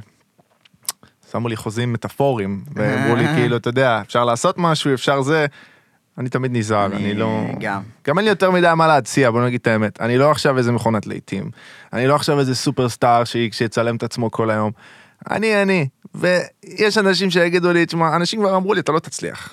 B: שמו לי חוזים מטאפורים, ואמרו לי כאילו, אתה יודע, אפשר לעשות משהו, אפשר זה. אני תמיד נזהר,
A: אני
B: אני לא...
A: גם.
B: גם אין לי יותר מדי מה להציע, בוא נגיד את האמת. אני לא עכשיו איזה מכונת להיטים. אני לא עכשיו איזה סופרסטאר ש- שיצלם את עצמו כל היום. אני אני. ויש אנשים שיגידו לי, תשמע, אנשים כבר אמרו לי, אתה לא תצליח.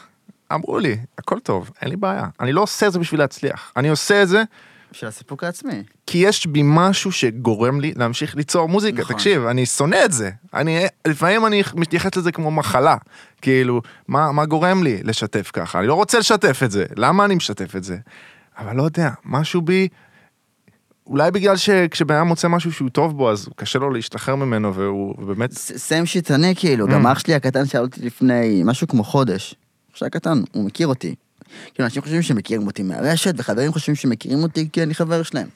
B: אמרו לי, הכל טוב, אין לי בעיה. אני לא עושה את זה בשביל להצליח. אני עושה את זה
A: של הסיפוק העצמי.
B: כי יש בי משהו שגורם לי להמשיך ליצור מוזיקה.
A: נכון.
B: נכון. תקשיב, אני שונא את זה. אני, לפעמים אני מתייחס לזה כמו מחלה. כאילו, מה, מה גורם לי לשתף ככה? אני לא רוצה לשתף את זה. למה אני משתף את זה? אבל לא יודע, משהו בי... אולי בגלל שכשבן אדם מוצא משהו שהוא טוב בו, אז קשה לו להשתחרר ממנו, והוא באמת...
A: ס- סם שיטני כאילו,
B: Mm.
A: גם אח שלי הקטן שאל אותי לפני משהו כמו חודש, עכשיו קטן, הוא מכיר אותי. כאילו אנשים חושבים שמכירים אותי מהרשת, וחברים חושבים שמכירים אותי כי אני חבר שלהם.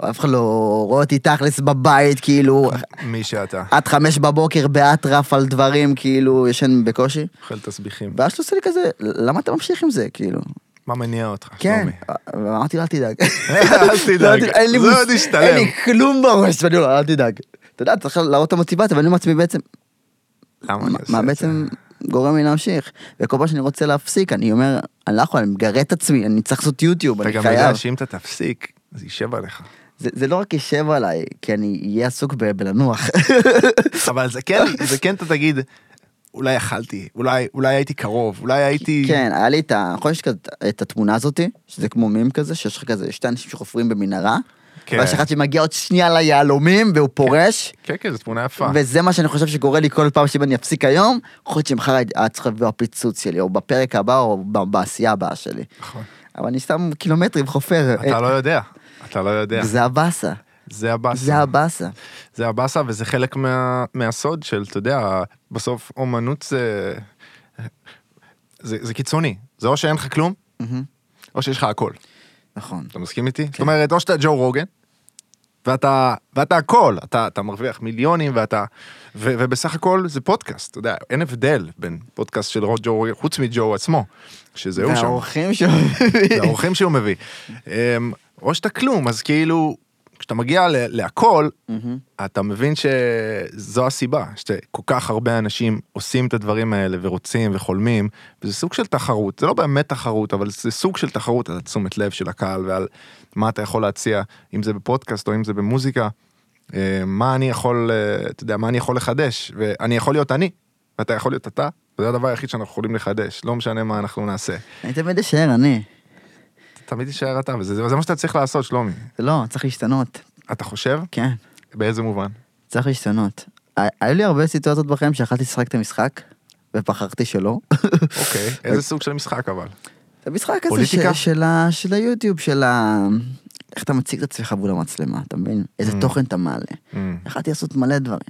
A: אבל אף אחד לא רואה אותי תכלס בבית, כאילו,
B: מי שאתה.
A: עד חמש בבוקר באטרף על דברים, כאילו, ישן בקושי.
B: אוכל תסביכים.
A: ואז שהוא עושה לי כזה, למה אתה ממשיך עם זה, כאילו?
B: מה מניע אותך,
A: כן.
B: שלומי?
A: ואמרתי לו, אל תדאג. לא,
B: אל תדאג,
A: אין לי
B: זה
A: מוס-
B: עוד ישתלם.
A: אין לי כלום בראש, ואני אומר, אל תדאג. אתה יודע, צריך להראות את המוטיבציה, ואני אומר לעצמי בעצם,
B: למה אני
A: מה-
B: עושה
A: מה
B: את
A: בעצם גורם לי להמשיך? וכל פעם שאני רוצה להפסיק, אני אומר, אני לא יכול, אני מגרה את עצמי, אני צריך לעשות יוטיוב,
B: זה? אתה
A: אני
B: גם יודע
A: חייב.
B: שאם אתה תפסיק, זה יישב עליך.
A: זה, זה לא רק יישב עליי, כי אני אהיה עסוק ב- בלנוח.
B: אבל זה כן, זה כן אתה תגיד, אולי אכלתי, אולי, אולי הייתי קרוב, אולי הייתי...
A: כן, היה לי את ה... נכון, יש כזה את התמונה הזאתי, שזה כמו מים כזה, שיש לך כזה שתי אנשים שחופרים במנהרה,
B: כן.
A: ויש אחד שמגיע עוד שנייה ליהלומים והוא פורש,
B: כן, כן, זו תמונה יפה.
A: וזה מה שאני חושב שקורה לי כל פעם שאם אני אפסיק היום, יכול להיות שמחר היה צריך לבוא הפיצוץ שלי, או בפרק הבא, או ב- בעשייה הבאה שלי.
B: נכון.
A: אבל אני סתם קילומטרים חופר.
B: אתה לא יודע, אתה לא יודע.
A: זה הבאסה,
B: זה הבאסה.
A: זה הבאסה.
B: זה הבאסה וזה חלק מה, מהסוד של, אתה יודע, בסוף אומנות זה, זה, זה קיצוני. זה או שאין לך כלום,
A: מהמם.
B: או שיש לך הכל.
A: נכון.
B: אתה מסכים איתי? זאת אומרת, או שאתה ג'ו רוגן, ואתה, ואתה הכל, אתה, אתה מרוויח מיליונים ואתה, ו, ובסך הכל זה פודקאסט, אתה יודע, אין הבדל בין פודקאסט של רו- ג'ו רוגן, חוץ מג'ו עצמו, שזה הוא שם.
A: והאורחים שם.
B: זה האורחים שהוא מביא. אמ, או שאתה כלום, אז כאילו, כשאתה מגיע ל- להכל, אתה מבין שזו הסיבה, שכל כך הרבה אנשים עושים את הדברים האלה ורוצים וחולמים, וזה סוג של תחרות, זה לא באמת תחרות, אבל זה סוג של תחרות על תשומת לב של הקהל ועל מה אתה יכול להציע, אם זה בפודקאסט או אם זה במוזיקה, אה, מה אני יכול, אה, אתה יודע, מה אני יכול לחדש, ואני יכול להיות אני, ואתה יכול להיות אתה, וזה הדבר היחיד שאנחנו יכולים לחדש, לא משנה מה אנחנו נעשה.
A: אני תמיד אשאר, אני.
B: תמיד תישאר אתה, וזה זה מה שאתה צריך לעשות, שלומי.
A: לא, צריך להשתנות.
B: אתה חושב?
A: כן.
B: באיזה מובן?
A: צריך להשתנות. ה- היו לי הרבה סיטואציות בחיים שיכלתי לשחק את המשחק, ופחדתי שלא.
B: אוקיי. איזה סוג של משחק אבל?
A: את המשחק הזה ש-
B: פוליטיקה?
A: של ה- של היוטיוב, של ה... איך אתה מציג את עצמך מול המצלמה, אתה מבין? איזה
B: Mm.
A: תוכן אתה מעלה. יכלתי לעשות מלא דברים.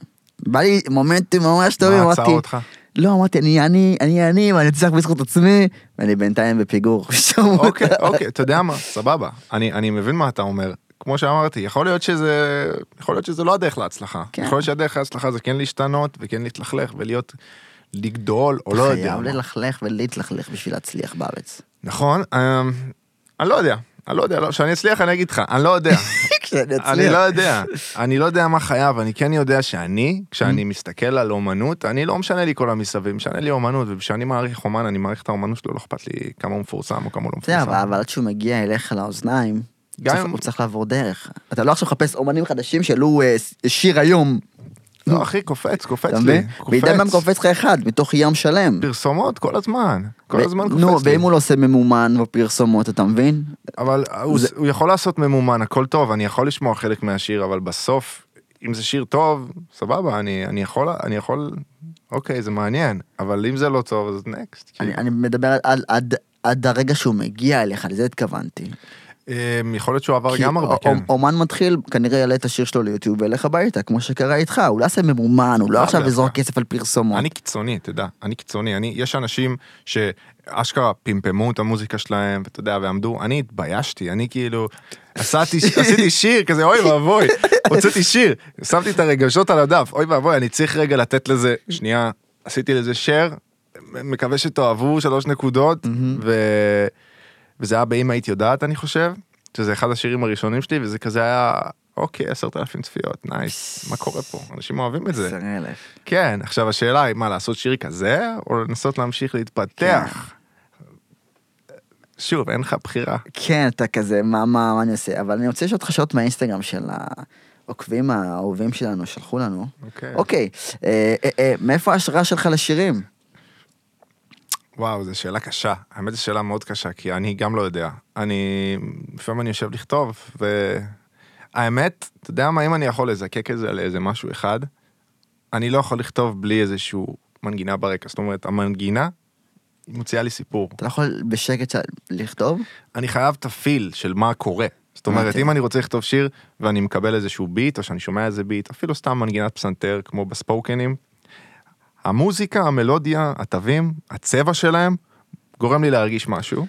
A: בא לי מומנטים ממש טובים,
B: מה
A: אמרתי...
B: עצר אותך?
A: לא, אמרתי, אני אני, אני אני, ואני אצליח בזכות עצמי, ואני בינתיים בפיגור.
B: אוקיי, אוקיי, אתה יודע מה, סבבה. אני אני מבין מה אתה אומר. כמו שאמרתי, יכול להיות שזה, יכול להיות שזה לא הדרך להצלחה.
A: כן.
B: יכול להיות שהדרך להצלחה זה כן להשתנות וכן להתלכלך ולהיות, לגדול או לא יודע.
A: חייב
B: מה.
A: ללכלך ולהתלכלך בשביל להצליח בארץ.
B: נכון, אמ, אני לא יודע, אני לא יודע, לא, כשאני אצליח אני אגיד לך, אני לא יודע.
A: כשאני
B: אני
A: אצליח.
B: לא יודע, אני לא יודע מה חייב, אני כן יודע שאני,
A: Mm.
B: כשאני מסתכל על אומנות, אני לא משנה לי כל המסביב, משנה לי אומנות, וכשאני מעריך אומן, אני מעריך את האומנות שלו, לא אכפת לי כמה הוא מפורסם או כמה הוא לא
A: בסדר,
B: מפורסם.
A: אבל- אבל עד שהוא מגיע אליך לאוזניים, הוא
B: גם
A: צריך-
B: אם-
A: הוא צריך לעבור דרך. אתה לא עכשיו מחפש אומנים חדשים שהעלו אה, ס- שיר היום,
B: לא, אחי, קופץ, קופץ
A: אתה
B: לי,
A: מבין?
B: קופץ.
A: בידי מהם קופץ לך אחד, מתוך ים שלם.
B: פרסומות כל הזמן, כל
A: ו-
B: הזמן
A: נו,
B: קופץ לי.
A: ואם הוא לא עושה ממומן בפרסומות, אתה מבין?
B: אבל הוא- הוא יכול לעשות ממומן, הכל טוב, אני יכול לשמוע חלק מהשיר, אבל בסוף, אם זה שיר טוב, סבבה, אני אני יכול, אני יכול, אוקיי, זה מעניין, אבל אם זה לא טוב, אז נקסט.
A: אני אני מדבר על- עד... עד הרגע שהוא מגיע אליך, לזה התכוונתי.
B: אמ, יכול להיות שהוא עבר
A: כי
B: גם הרבה,
A: א-
B: כן.
A: א- אומן מתחיל, כנראה יעלה את השיר שלו ליוטיוב וילך הביתה, כמו שקרה איתך, הוא לא יעשה ממומן, הוא לא
B: לאו
A: עכשיו
B: דווקא.
A: יזרוק כסף על פרסומות.
B: אני קיצוני, אתה יודע, אני קיצוני, אני, יש אנשים שאשכרה פמפמו את המוזיקה שלהם, ואתה יודע, ועמדו, אני התביישתי, אני כאילו, עשיתי, עשיתי שיר כזה, אוי ואבוי, הוצאתי שיר, שמתי את הרגשות על הדף, אוי ואבוי, אני צריך רגע לתת לזה, שנייה, עשיתי לזה שייר, מקווה שתאהבו שלוש נקודות, ו... וזה היה באמא היית יודעת, אני חושב, שזה אחד השירים הראשונים שלי, וזה כזה היה, אוקיי, עשרת אלפים צפיות, נייס, מה קורה פה? אנשים אוהבים את זה.
A: עשרה אלף.
B: כן, עכשיו השאלה היא מה, לעשות שיר כזה, או לנסות להמשיך להתפתח? שוב, אין לך בחירה.
A: כן, אתה כזה, מה, מה, מה אני עושה? אבל אני רוצה לשאול אותך שאלות מהאינסטגרם של העוקבים האהובים שלנו, שלחו לנו.
B: אוקיי.
A: אוקיי, אה, אה, אה, מאיפה ההשראה שלך לשירים?
B: וואו, זו שאלה קשה. האמת זו שאלה מאוד קשה, כי אני גם לא יודע. אני, לפעמים אני יושב לכתוב, והאמת, אתה יודע מה, אם אני יכול לזקק את זה לאיזה משהו אחד, אני לא יכול לכתוב בלי איזשהו מנגינה ברקע. זאת אומרת, המנגינה, היא מוציאה לי סיפור.
A: אתה לא יכול בשקט ש- לכתוב?
B: אני חייב את הפיל של מה קורה. זאת אומרת,
A: הבנתי.
B: אם אני רוצה לכתוב שיר ואני מקבל איזשהו ביט, או שאני שומע איזה ביט, אפילו סתם מנגינת פסנתר, כמו בספוקנים, המוזיקה, המלודיה, התווים, הצבע שלהם, גורם לי להרגיש משהו.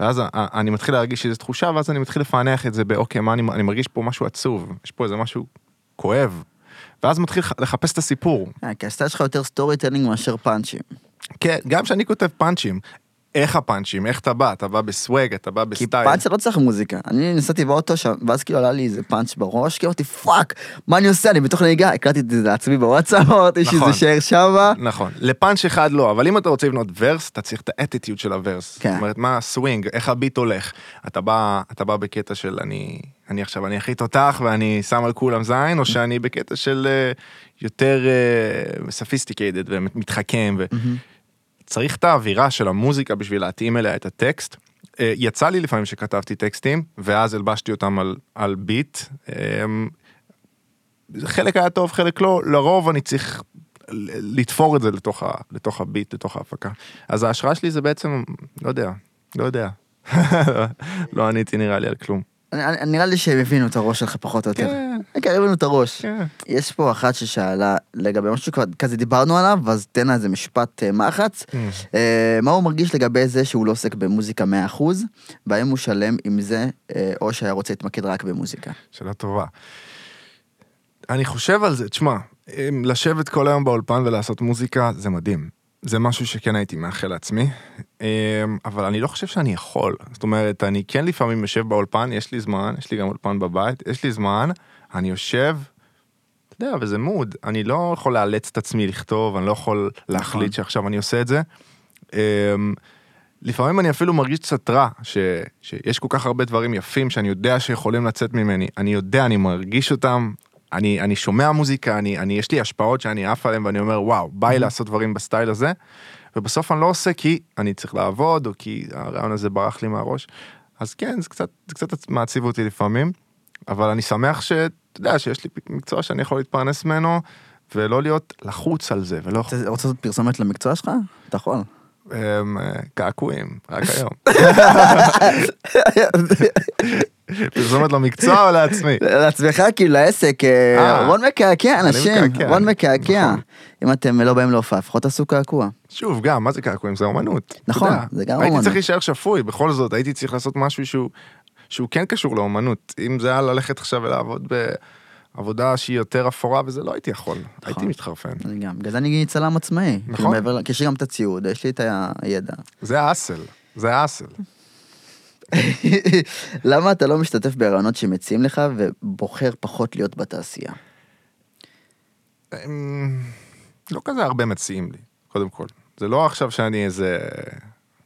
B: ואז ה- ה- אני מתחיל להרגיש איזו תחושה, ואז אני מתחיל לפענח את זה באוקיי, מה אני, אני מרגיש פה משהו עצוב, יש פה איזה משהו כואב. ואז מתחיל לח- לחפש את הסיפור.
A: אה, כי הסטייל שלך יותר סטורי טלינג מאשר פאנצ'ים.
B: כן, גם כשאני כותב פאנצ'ים, איך הפאנצ'ים, איך אתה בא, אתה בא בסוואג, אתה בא
A: כי
B: בסטייל.
A: פאנץ' לא צריך מוזיקה. אני נסעתי באוטו שם, ואז כאילו עלה לי איזה פאנץ' בראש, כאילו אמרתי פאק, מה אני עושה? אני בתוך נהיגה, הקלטתי את זה לעצמי בוואטסאפ, אמרתי שזה
B: נכון.
A: יישאר שמה.
B: נכון, לפאנץ' אחד לא, אבל אם אתה רוצה לבנות ורס, אתה צריך את האטיטיוד של הוורס.
A: כן.
B: זאת אומרת, מה הסווינג, איך הביט הולך. אתה בא, אתה בא בקטע של אני, אני עכשיו, אני הכי תותח ואני שם על כולם זין, או שאני בקטע של אה, יותר ספיסטיקיידד ומתחכם. ו... צריך את האווירה של המוזיקה בשביל להתאים אליה את הטקסט. אה, יצא לי לפעמים שכתבתי טקסטים, ואז הלבשתי אותם על, על ביט. אה, חלק היה טוב, חלק לא, לרוב אני צריך ל- לתפור את זה לתוך, ה, לתוך הביט, לתוך ההפקה. אז ההשראה שלי זה בעצם, לא יודע, לא יודע. לא עניתי נראה לי על כלום.
A: אני- אני- נראה לי שהם הבינו את הראש שלך פחות או יותר.
B: כן.
A: כן, הבינו את הראש.
B: כן.
A: יש פה אחת ששאלה לגבי משהו שכבר כזה דיברנו עליו, אז תן לה איזה משפט אה, מחץ.
B: כן.
A: אה, מה הוא מרגיש לגבי זה שהוא לא עוסק במוזיקה 100%, והאם הוא שלם עם זה, אה, או שהיה רוצה להתמקד רק במוזיקה?
B: שאלה טובה. אני חושב על זה, תשמע, אמ, לשבת כל היום באולפן ולעשות מוזיקה זה מדהים. זה משהו שכן הייתי מאחל לעצמי, אמ, אבל אני לא חושב שאני יכול. זאת אומרת, אני כן לפעמים יושב באולפן, יש לי זמן, יש לי גם אולפן בבית, יש לי זמן, אני יושב, אתה יודע, וזה מוד. אני לא יכול לאלץ את עצמי לכתוב, אני לא יכול להחליט שעכשיו אני עושה את זה. אמ, לפעמים אני אפילו מרגיש קצת רע, ש, שיש כל כך הרבה דברים יפים שאני יודע שיכולים לצאת ממני. אני יודע, אני מרגיש אותם, אני, אני שומע מוזיקה, אני, אני, יש לי השפעות שאני עף עליהן ואני אומר, וואו, בא לי לעשות דברים בסטייל הזה, ובסוף אני לא עושה כי אני צריך לעבוד, או כי הרעיון הזה ברח לי מהראש. אז כן, זה קצת, זה קצת מעציב אותי לפעמים, אבל אני שמח ש- אתה יודע, שיש לי מקצוע שאני יכול להתפרנס ממנו, ולא להיות לחוץ על זה, ולא...
A: אתה רוצה לעשות פרסומת למקצוע שלך? אתה יכול.
B: אמ, קעקועים, רק היום. פרסומת למקצוע או לעצמי?
A: לעצמך, כאילו, לעסק. אה,
B: אה.
A: רון מקעקע,
B: אני
A: אנשים.
B: מקעקע.
A: רון מקעקע.
B: נכון.
A: אם אתם לא באים להופעה, לפחות תעשו קעקוע.
B: שוב, גם, מה זה קעקועים? זה אומנות. אתה
A: נכון,
B: יודע.
A: זה גם
B: הייתי
A: אומנות.
B: צריך להישאר שפוי, בכל זאת, הייתי צריך לעשות משהו שהוא- שהוא כן קשור לאומנות. אם זה היה ללכת עכשיו ולעבוד בעבודה שהיא יותר אפורה, וזה לא הייתי יכול.
A: נכון.
B: הייתי מתחרפן.
A: אני גם. בגלל זה אני צלם עצמאי.
B: נכון.
A: כאילו, מעבר ל- כי יש לי גם את הציוד, יש לי את הידע.
B: זה האסל, זה האסל.
A: למה אתה לא משתתף בהרעיונות שמציעים לך ובוחר פחות להיות בתעשייה?
B: אמ, לא כזה הרבה מציעים לי, קודם כל. זה לא עכשיו שאני איזה...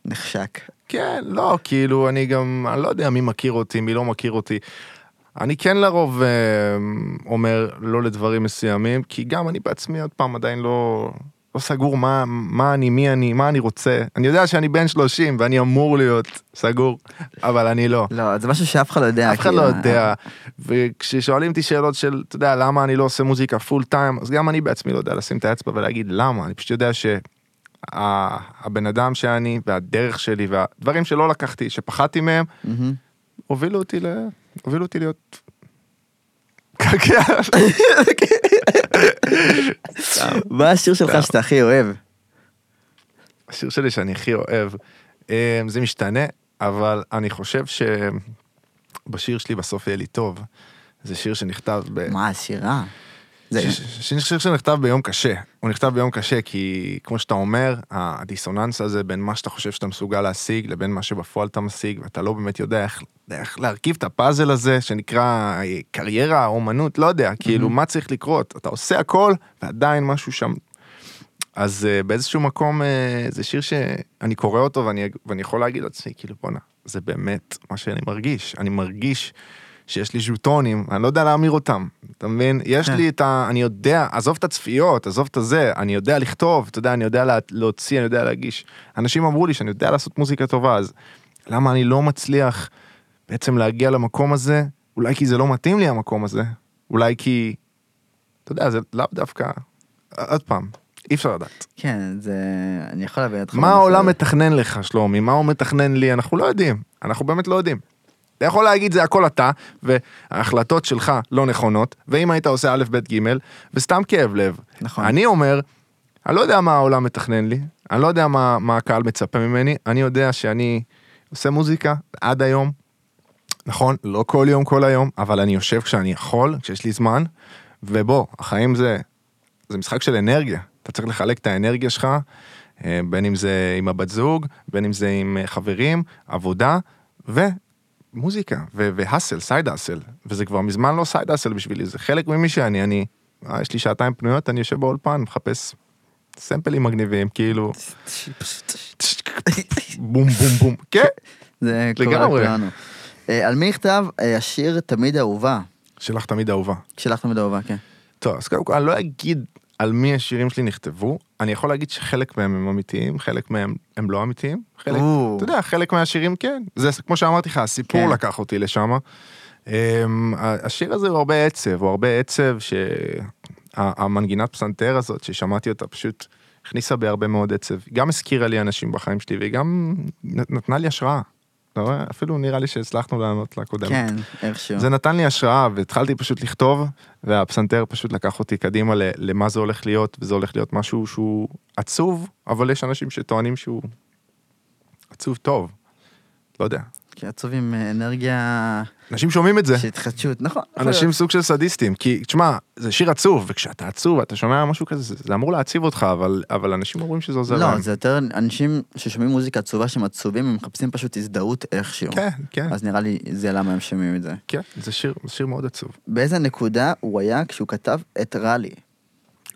A: נחשק.
B: כן, לא, כאילו, אני גם, אני לא יודע מי מכיר אותי, מי לא מכיר אותי. אני כן לרוב אה, אומר לא לדברים מסוימים, כי גם אני בעצמי עוד פעם עדיין לא, לא סגור מה, מה אני, מי אני, מה אני רוצה. אני יודע שאני בן 30 ואני אמור להיות סגור, אבל אני לא.
A: לא, זה משהו שאף אחד לא יודע.
B: אף אחד לא
A: כאילו.
B: יודע. וכששואלים אותי שאלות של, אתה יודע, למה אני לא עושה מוזיקה פול טיים, אז גם אני בעצמי לא יודע לשים את האצבע ולהגיד למה, אני פשוט יודע שהבן אדם שאני והדרך שלי והדברים שלא לקחתי, שפחדתי מהם,
A: מהמם.
B: הובילו אותי ל... הובילו אותי להיות... קעקע.
A: מה השיר שלך שאתה הכי אוהב?
B: השיר שלי שאני הכי אוהב, אה, זה משתנה, אבל אני חושב שבשיר שלי בסוף יהיה לי טוב. זה שיר שנכתב ב...
A: מה, השירה? זה-
B: ש- ש- ש- שיר שנכתב ביום קשה, הוא נכתב ביום קשה כי כמו שאתה אומר, הדיסוננס הזה בין מה שאתה חושב שאתה מסוגל להשיג לבין מה שבפועל אתה משיג ואתה לא באמת יודע איך, איך להרכיב את הפאזל הזה שנקרא אה, קריירה, אומנות, לא יודע, כאילו מה צריך לקרות, אתה עושה הכל ועדיין משהו שם. אז אה, באיזשהו מקום אה, זה שיר שאני קורא אותו ואני, ואני יכול להגיד לעצמי כאילו בואנה, זה באמת מה שאני מרגיש, אני מרגיש שיש לי ז'וטונים, אני לא יודע להמיר אותם, אתה מבין? יש
A: כן.
B: לי את ה... אני יודע, עזוב את הצפיות, עזוב את הזה, אני יודע לכתוב, אתה יודע, אני יודע לה, להוציא, אני יודע להגיש. אנשים אמרו לי שאני יודע לעשות מוזיקה טובה, אז למה אני לא מצליח בעצם להגיע למקום הזה? אולי כי זה לא מתאים לי המקום הזה, אולי כי... אתה יודע, זה לאו דווקא... עוד פעם, אי אפשר לדעת.
A: כן, זה... אני יכול להבין אותך.
B: מה העולם מתכנן לך, שלומי? מה הוא מתכנן לי? אנחנו לא יודעים. אנחנו באמת לא יודעים. אתה יכול להגיד זה הכל אתה, וההחלטות שלך לא נכונות, ואם היית עושה א', ב', ג', וסתם כאב לב.
A: נכון.
B: אני אומר, אני לא יודע מה העולם מתכנן לי, אני לא יודע מה, מה הקהל מצפה ממני, אני יודע שאני עושה מוזיקה עד היום, נכון, לא כל יום כל היום, אבל אני יושב כשאני יכול, כשיש לי זמן, ובוא, החיים זה, זה משחק של אנרגיה, אתה צריך לחלק את האנרגיה שלך אה, בין אם זה עם הבת זוג, בין אם זה עם אה, חברים, עבודה, ומוזיקה, והאסל, סייד האסל, וזה כבר מזמן לא סייד האסל בשבילי, זה חלק ממי שאני, אני, אה, יש לי שעתיים פנויות, אני יושב באולפן, מחפש סמפלים מגניבים, כאילו, בום בום בום, כן,
A: זה קורה
B: לגמרי.
A: לכולנו. אה, על מי נכתב אה, השיר תמיד אהובה?
B: שלך תמיד אהובה.
A: שלך תמיד אהובה, כן.
B: טוב, אז קודם כל, אני לא אגיד על מי השירים שלי נכתבו, אני יכול להגיד שחלק מהם הם אמיתיים, חלק מהם הם לא אמיתיים, חלק,
A: או.
B: אתה יודע, חלק מהשירים כן, זה כמו שאמרתי לך, הסיפור
A: כן.
B: לקח אותי לשם. אמ, ה- השיר הזה הוא הרבה עצב, הוא הרבה עצב שהמנגינת פסנתר הזאת ששמעתי אותה פשוט הכניסה בי הרבה מאוד עצב, גם הזכירה לי אנשים בחיים שלי וגם נ- נתנה לי השראה. אתה רואה? אפילו נראה לי שהצלחנו לענות לקודם.
A: כן, איכשהו.
B: זה נתן לי השראה והתחלתי פשוט לכתוב והפסנתר פשוט לקח אותי קדימה ל- למה זה הולך להיות וזה הולך להיות משהו שהוא עצוב אבל יש אנשים שטוענים שהוא עצוב טוב. לא יודע.
A: כי עצוב עם אה, אנרגיה
B: אנשים שומעים את זה.
A: של התחדשות, נכון. יכול
B: אנשים סוג של סדיסטים כי תשמע זה שיר עצוב וכשאתה עצוב אתה שומע משהו כזה זה- זה אמור להעציב אותך אבל אבל אנשים אומרים שזה עוזר
A: להיות. לא,
B: להם.
A: זה יותר אנשים ששומעים מוזיקה עצובה שהם עצובים, הם מחפשים פשוט הזדהות איכשהו.
B: כן כן
A: אז נראה לי זה למה הם שומעים את זה.
B: כן זה שיר זה שיר מאוד עצוב.
A: באיזה נקודה הוא היה כשהוא כתב את רע לי?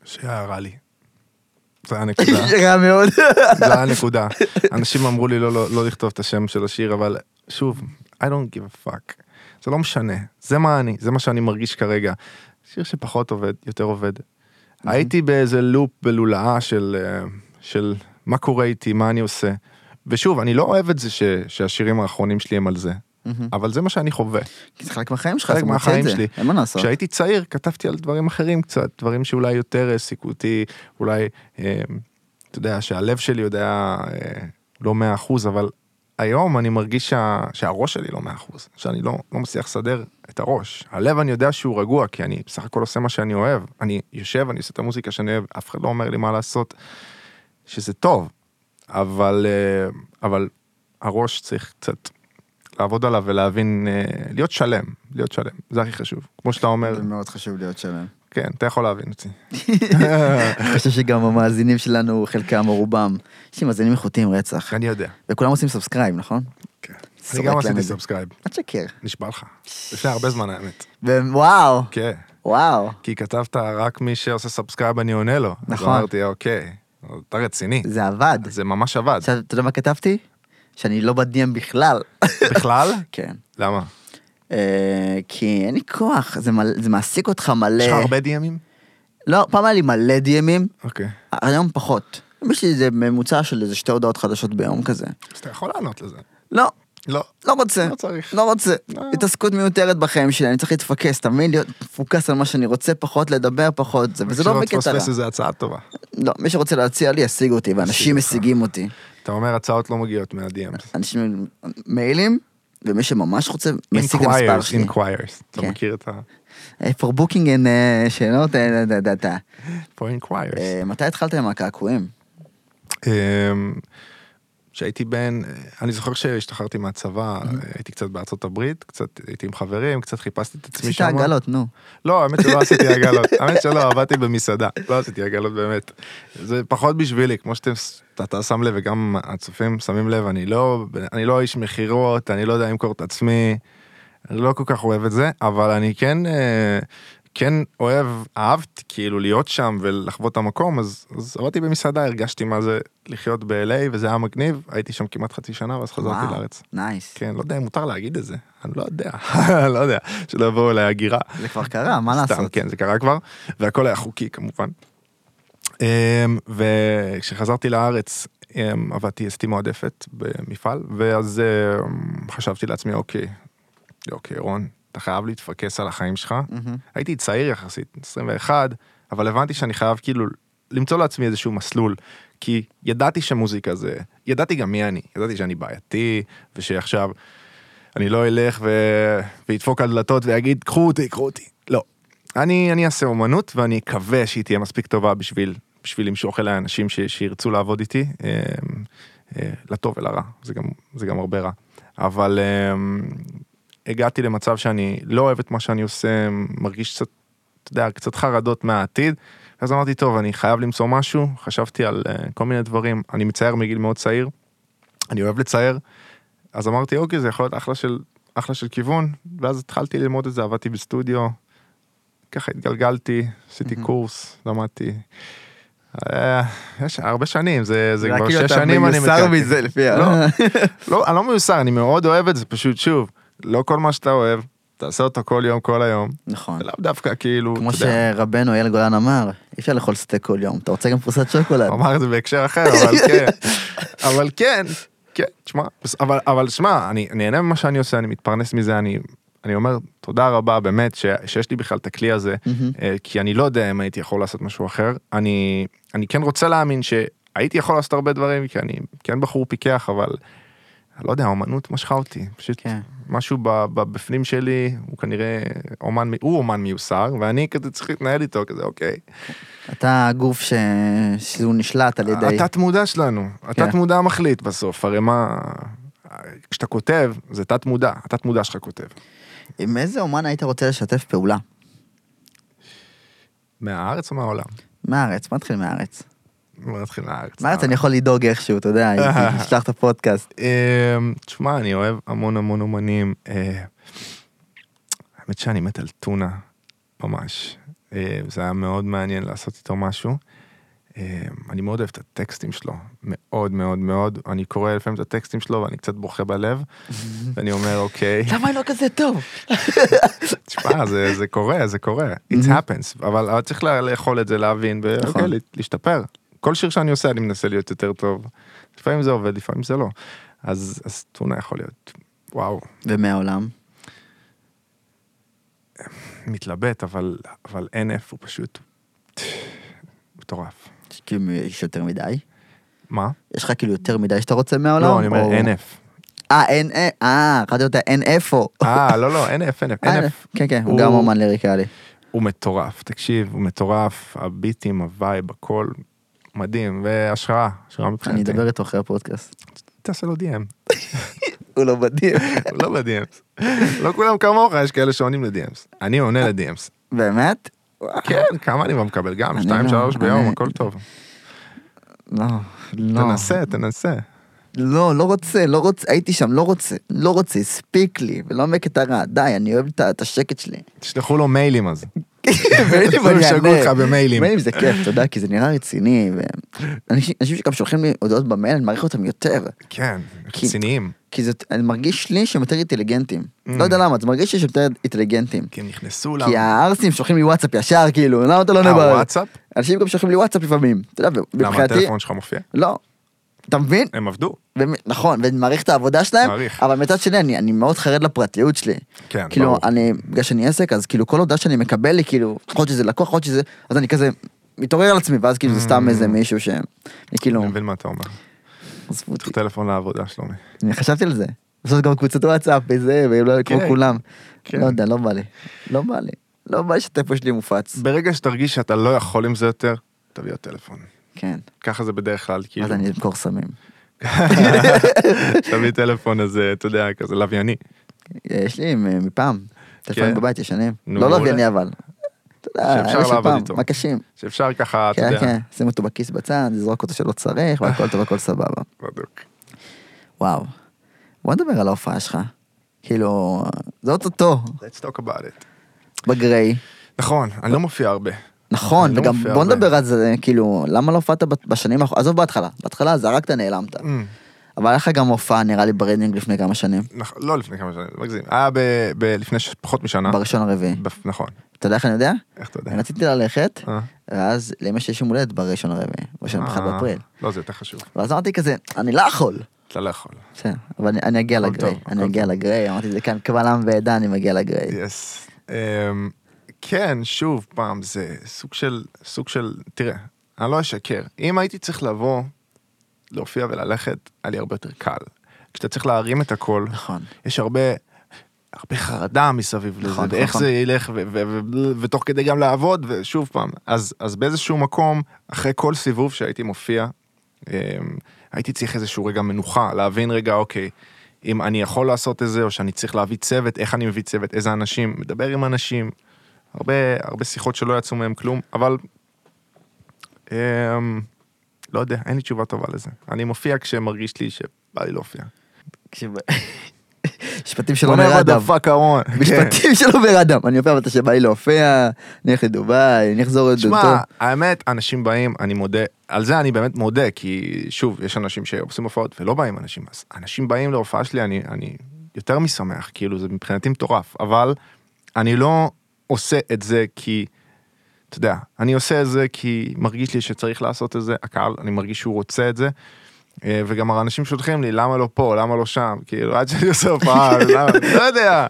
B: שהיה רע לי. זה היה נקודה.
A: רע מאוד.
B: זה הנקודה. אנשים אמרו לי לא, לא, לא לכתוב את השם של השיר, אבל שוב, I don't give a fuck. זה לא משנה, זה מה אני, זה מה שאני מרגיש כרגע. שיר שפחות עובד, יותר עובד. הייתי באיזה לופ בלולאה של, אה, של מה קורה איתי, מה אני עושה. ושוב, אני לא אוהב את זה ש, שהשירים האחרונים שלי הם על זה, אבל זה מה שאני חווה.
A: כי זה חלק מהחיים שלך,
B: חלק
A: אתה מוצא את
B: מהחיים
A: זה.
B: שלי.
A: אין מה לעשות.
B: כשהייתי צעיר כתבתי על דברים אחרים קצת, דברים שאולי יותר העסיקו אותי, אולי, אה, אתה יודע, שהלב שלי יודע אה, לא מאה אחוז, אבל היום אני מרגיש שה, שהראש שלי לא מאה אחוז, שאני לא, לא מצליח לסדר את הראש. הלב אני יודע שהוא רגוע, כי אני בסך הכל עושה מה שאני אוהב. אני יושב, אני עושה את המוזיקה שאני אוהב, אף אחד לא אומר לי מה לעשות, שזה טוב, אבל, אה, אבל הראש צריך קצת לעבוד עליו ולהבין, אה, להיות שלם, להיות שלם, זה הכי חשוב. כמו שאתה אומר,
A: זה מאוד חשוב להיות שלם.
B: כן, אתה יכול להבין אותי.
A: אני חושב שגם המאזינים שלנו, חלקם או רובם, יש לי מאזינים איכותיים רצח.
B: אני יודע.
A: וכולם עושים סאבסקרייב, נכון?
B: כן. אני
A: סורק
B: גם
A: להם
B: עשיתי
A: את זה.
B: סאבסקרייב,
A: אל תשקר.
B: נשבע לך. לפני הרבה זמן האמת.
A: וואו,
B: כן.
A: וואו.
B: כי כתבת רק מי שעושה סאבסקרייב אני עונה לו. אז
A: נכון.
B: אמרתי, אוקיי, אתה רציני.
A: זה עבד.
B: זה ממש עבד.
A: עכשיו, אתה יודע מה כתבתי? שאני לא ב-DM בכלל.
B: בכלל?
A: כן.
B: למה?
A: אה, כי אין לי כוח, זה מל- זה מעסיק אותך מלא.
B: יש לך הרבה DMים?
A: לא, פעם היה לי מלא DMים,
B: אוקיי.
A: היום פחות. יש לי איזה ממוצע של איזה שתי הודעות חדשות ביום כזה.
B: אז אתה יכול לענות לזה.
A: לא,
B: לא.
A: לא רוצה.
B: לא צריך.
A: לא רוצה.
B: לא.
A: התעסקות מיותרת בחיים שלי, אני צריך להתפקס, אתה מבין? להיות מפוקס על מה שאני רוצה פחות, לדבר פחות, זה- וזה לא בקטע
B: שלא
A: רע.
B: תפספס איזה הצעה טובה.
A: לא, מי שרוצה להציע לי, ישיג אותי, ואנשים
B: ישיג אותך.
A: משיגים אותי.
B: אתה אומר הצעות לא מגיעות מה-DMs.
A: אנשים מיילים, ומי שממש רוצה, משיג את המספר
B: Inquires,
A: שלי.
B: inquires. אתה
A: כן.
B: מכיר את ה...
A: אה, for booking and אה, שאלות, אה, דה, דה, דה, דה.
B: for inquires.
A: אה, מתי התחלת עם הקעקועים?
B: אמ, כשהייתי בן, אני זוכר שהשתחררתי מהצבא, הייתי קצת בארצות הברית, קצת הייתי עם חברים, קצת חיפשתי את עצמי
A: עשית
B: שם.
A: עגלות, נו.
B: לא, האמת שלא עשיתי עגלות, האמת שלא, עבדתי במסעדה, לא עשיתי עגלות באמת. זה פחות בשבילי, כמו שאתם, אתה שם לב וגם הצופים שמים לב, אני לא, אני לא איש מכירות, אני לא יודע למכור את עצמי, אני לא כל כך אוהב את זה, אבל אני כן, אה, כן אוהב, אהבתי כאילו להיות שם ולחוות את המקום, אז, אז עבדתי במסעדה, הרגשתי מה זה לחיות ב-LA, וזה היה מגניב, הייתי שם כמעט חצי שנה, ואז חזרתי
A: וואו,
B: לארץ.
A: נייס.
B: כן, לא יודע אם מותר להגיד את זה, אני לא יודע, לא יודע, שלא יבואו אליי הגירה.
A: זה כבר קרה, מה
B: סתם,
A: לעשות?
B: כן, זה קרה כבר, והכל היה חוקי כמובן. אמ, וכשחזרתי לארץ אמ, עבדתי אסתי מועדפת במפעל, ואז אמ, חשבתי לעצמי, אוקיי, אוקיי, רון, אתה חייב להתפקס על החיים שלך. הייתי צעיר יחסית, 21, אבל הבנתי שאני חייב כאילו למצוא לעצמי איזשהו מסלול, כי ידעתי שמוזיקה זה, ידעתי גם מי אני, ידעתי שאני בעייתי, ושעכשיו אני לא אלך ו... וידפוק על דלתות ויגיד, קחו אותי, קחו אותי. לא. אני, אני אעשה אומנות ואני אקווה שהיא תהיה מספיק טובה בשביל, בשביל למשוך אליי אנשים ש... שירצו לעבוד איתי, אה, אה, לטוב ולרע, זה גם, זה גם הרבה רע. אבל אה, הגעתי למצב שאני לא אוהב את מה שאני עושה, מרגיש קצת, אתה יודע, קצת חרדות מהעתיד, אז אמרתי, טוב, אני חייב למצוא משהו, חשבתי על אה, כל מיני דברים, אני מצייר מגיל מאוד צעיר, אני אוהב לצייר, אז אמרתי, אוקיי, זה יכול להיות אחלה של, אחלה של כיוון, ואז התחלתי ללמוד את זה, עבדתי בסטודיו, ככה התגלגלתי, עשיתי
A: מהמם.
B: קורס, למדתי. אה, יש הרבה שנים, זה, זה
A: רק
B: כבר
A: כאילו
B: שש
A: אתה
B: שנים אני
A: מיוסר
B: מתקלקל.
A: מזה לפי ה-
B: לא, לא, אני לא מיוסר, אני מאוד אוהב את זה, פשוט שוב, לא כל מה שאתה אוהב, תעשה אותו כל יום, כל היום,
A: נכון.
B: לאו דווקא כאילו,
A: כמו
B: אתה יודע,
A: שרבנו אייל גולן אמר, אי אפשר לאכול סטייק כל יום, אתה רוצה גם פרוסת שוקולד.
B: הוא אמר את זה בהקשר אחר, אבל כן, אבל כן, כן, תשמע, בס- אבל, אבל שמע, אני נהנה ממה שאני עושה, אני מתפרנס מזה, אני, אני אומר תודה רבה באמת ש, שיש לי בכלל את הכלי הזה,
A: מהמם.
B: אה, כי אני לא יודע אם הייתי יכול לעשות משהו אחר, אני, אני כן רוצה להאמין שהייתי יכול לעשות הרבה דברים, כי אני כן בחור פיקח, אבל, אני לא יודע, האומנות משכה אותי, פשוט
A: כן.
B: משהו ב- ב- בפנים שלי הוא כנראה אומן מ- הוא אומן מיוסר ואני כזה צריך להתנהל איתו כזה אוקיי.
A: אתה הגוף ש- שהוא נשלט על ידי... כן.
B: התת מודע שלנו התת מודע מחליט בסוף הרי מה כשאתה כותב זה תת מודע התת מודע שלך כותב.
A: עם איזה אומן היית רוצה לשתף פעולה?
B: מהארץ או מהעולם?
A: מהארץ, מה נתחיל מהארץ?
B: בוא נתחיל מהארץ.
A: מהארץ אני יכול לדאוג איכשהו, אתה יודע, הייתי אשלח את הפודקאסט.
B: אמ, תשמע אני אוהב המון המון אומנים. אה, האמת שאני מת על טונה ממש. אה, זה היה מאוד מעניין לעשות איתו משהו. אה, אני מאוד אוהב את הטקסטים שלו מאוד מאוד מאוד אני קורא לפעמים את הטקסטים שלו ואני קצת בוכה בלב ואני אומר אוקיי
A: למה אני לא כזה טוב?
B: תשמע זה זה קורה זה קורה it happens אבל אבל צריך לה- לאכול את זה להבין
A: נכון.
B: ולהשתפר כל שיר שאני עושה אני מנסה להיות יותר טוב לפעמים זה עובד לפעמים זה לא אז אז טונה יכול להיות וואו
A: ומהעולם?
B: מתלבט אבל אבל NF הוא פשוט מטורף
A: כאילו יש יותר מדי?
B: מה
A: יש לך כאילו יותר מדי שאתה רוצה מהעולם?
B: לא אני אומר
A: או-
B: NF
A: אה, אין, אה, אה, חשבתי אותה, אין איפה.
B: אה לא לא NF NF
A: אה,
B: NF
A: כן, כן, הוא אוקיי.
B: הוא-
A: גם אומן ליריקלי.
B: הוא מטורף, תקשיב, הוא מטורף, הביטים, הווייב, הכל מדהים, והשראה, השראה
A: אני
B: מבחינתי.
A: אדבר איתו אחרי הפודקאסט.
B: תעשה לו DM,
A: הוא לא מדהים.
B: הוא לא ב-DMs. לא כולם כמוך, יש כאלה שעונים ל-DMs. אני עונה ל-DMs.
A: באמת?
B: כן, כמה אני לא מקבל? גם,
A: אני
B: שתיים,
A: לא,
B: שלוש ביום,
A: אני-
B: הכל טוב.
A: לא, לא.
B: תנסה, תנסה.
A: לא, לא רוצה, לא רוצה, הייתי שם, לא רוצה, לא רוצה, הספיק לי, ולא עמק את הרע, די, אני אוהב את ה- את השקט שלי.
B: תשלחו לו מיילים אז.
A: ואין לי מה
B: הם ישגעו
A: לענות.
B: אותך במיילים.
A: מיילים זה כיף, אתה יודע, כי זה נראה רציני, ואנשים אנשים שגם שולחים לי הודעות במייל, אני מעריך אותם יותר,
B: כן,
A: כי-
B: רציניים.
A: כי זה, אני מרגיש לי שהם יותר אינטליגנטים.
B: Mm.
A: לא יודע למה, זה מרגיש לי שהם יותר אינטליגנטים.
B: כי הם נכנסו
A: כי
B: ל...
A: הערסים שולחים לי וואטסאפ ישר, כאילו, למה אתה לא עונה בערב?
B: הוואטסאפ?
A: אנשים גם שולחים לי וואטסאפ לפעמים, אתה יודע,
B: אה, למה
A: מבחינתי,
B: הטלפון שלך מופיע?
A: לא. אתה מבין?
B: הם עבדו.
A: ומ- נכון, ואני מעריך את העבודה שלהם,
B: מעריך.
A: אבל מצד שני אני, אני מאוד חרד לפרטיות שלי.
B: כן,
A: כאילו,
B: ברור.
A: אני, בגלל שאני עסק, אז כאילו כל הודעה שאני מקבל לי, כאילו, יכול להיות שזה לקוח, יכול להיות שזה, אז אני כזה מתעורר על עצמי, ואז כאילו זה סתם איזה מישהו ש... אני כאילו,
B: Mm. אני מבין מה אתה אומר.
A: עזבו אותי,
B: צריך טלפון לעבודה שלומי.
A: אני חשבתי על זה. לעשות גם קבוצת וואטסאפ וזה, ולא כמו
B: כן,
A: כולם.
B: כן.
A: לא יודע, לא בא לי. לא בא לי. לא בא לי שהטלפון שלי מופץ.
B: ברגע שתרגיש שאתה לא יכול עם זה יותר, תביא עוד טלפון.
A: כן.
B: ככה זה בדרך כלל, כאילו,
A: אז אני אמכור סמים.
B: תביא טלפון הזה, אתה יודע, כזה לווייני.
A: יש לי מ- מפעם. טלפונים בבית ישנים.
B: כן.
A: לא
B: נו, מעולה.
A: לווייני אבל. אתה יודע,
B: שאפשר
A: אלה של
B: לעבוד
A: פעם,
B: איתו.
A: מה קשים.
B: שאפשר ככה, אתה
A: כן,
B: יודע,
A: כן, שים אותו בכיס בצד, לזרוק אותו שלא צריך, והכל טוב, הכל סבבה.
B: בדיוק.
A: וואו. בוא נדבר על ההופעה שלך. כאילו, זה אוטוטו,
B: let's talk about it.
A: בגריי.
B: נכון, אני לא מופיע הרבה.
A: נכון,
B: אני לא
A: וגם
B: מופיע
A: בוא
B: הרבה.
A: נדבר על זה, כאילו, למה לא הופעת בת- בשנים האחרונות? עזוב בהתחלה, בהתחלה זרקת, נעלמת.
B: Mm,
A: אבל היה לך גם הופעה, נראה לי, ברדינג לפני כמה שנים,
B: נכ- לא לפני כמה שנים, מגזים. היה ב- ב- לפני ש- פחות משנה.
A: בראשון הרביעי.
B: בפ- נכון,
A: אתה יודע איך אני יודע?
B: איך אתה יודע?
A: אני לא רציתי ללכת,
B: אה.
A: ואז לאמא שלי יש יום הולדת בראשון הרביעי, בשנה
B: אה,
A: בכלל באפריל.
B: לא, זה יותר חשוב.
A: ואז אמרתי כזה, אני לא יכול.
B: אתה לא יכול.
A: בסדר, אבל אני- אני אגיע
B: הכל
A: לגריי,
B: טוב,
A: אני
B: הכל
A: אגיע לגריי, אמרתי זה כאן קבל עם ועדה, אני מגיע לגריי.
B: יס. אמ, כן, שוב פעם, זה סוג של, סוג של, תראה, אני לא אשקר. אם הייתי צריך לבוא, להופיע וללכת, היה לי הרבה יותר קל. כשאתה צריך להרים את הכל,
A: נכון.
B: יש הרבה, הרבה חרדה מסביב לזה,
A: נכון,
B: ואיך
A: נכון.
B: זה ילך, ו- ו- ו- ו- ותוך כדי גם לעבוד, ושוב פעם, אז, אז באיזשהו מקום, אחרי כל סיבוב שהייתי מופיע, אמ, הייתי צריך איזשהו רגע מנוחה, להבין רגע, אוקיי, אם אני יכול לעשות את זה, או שאני צריך להביא צוות, איך אני מביא צוות, איזה אנשים, מדבר עם אנשים, הרבה, הרבה שיחות שלא יצאו מהם כלום, אבל אמ, לא יודע, אין לי תשובה טובה לזה. אני מופיע כשמרגיש לי שבא לי להופיע.
A: משפטים של עומר אדם.
B: פאק ארון. כן.
A: משפטים של עומר אדם. אני אופה מתי שבא לי להופיע, אני הולך לדובאי, אני אחזור לדודו.
B: תשמע, האמת, אנשים באים, אני מודה, על זה אני באמת מודה, כי שוב, יש אנשים שעושים הופעות ולא באים אנשים, אז אנשים באים להופעה שלי, אני, אני יותר משמח, כאילו, זה מבחינתי מטורף, אבל אני לא עושה את זה כי, אתה יודע, אני עושה את זה כי מרגיש לי שצריך לעשות את זה, הקהל, אני מרגיש שהוא רוצה את זה. אה, וגם האנשים שולחים לי למה לא פה למה לא שם כאילו עד שאני עושה הופעה למה?" לא יודע.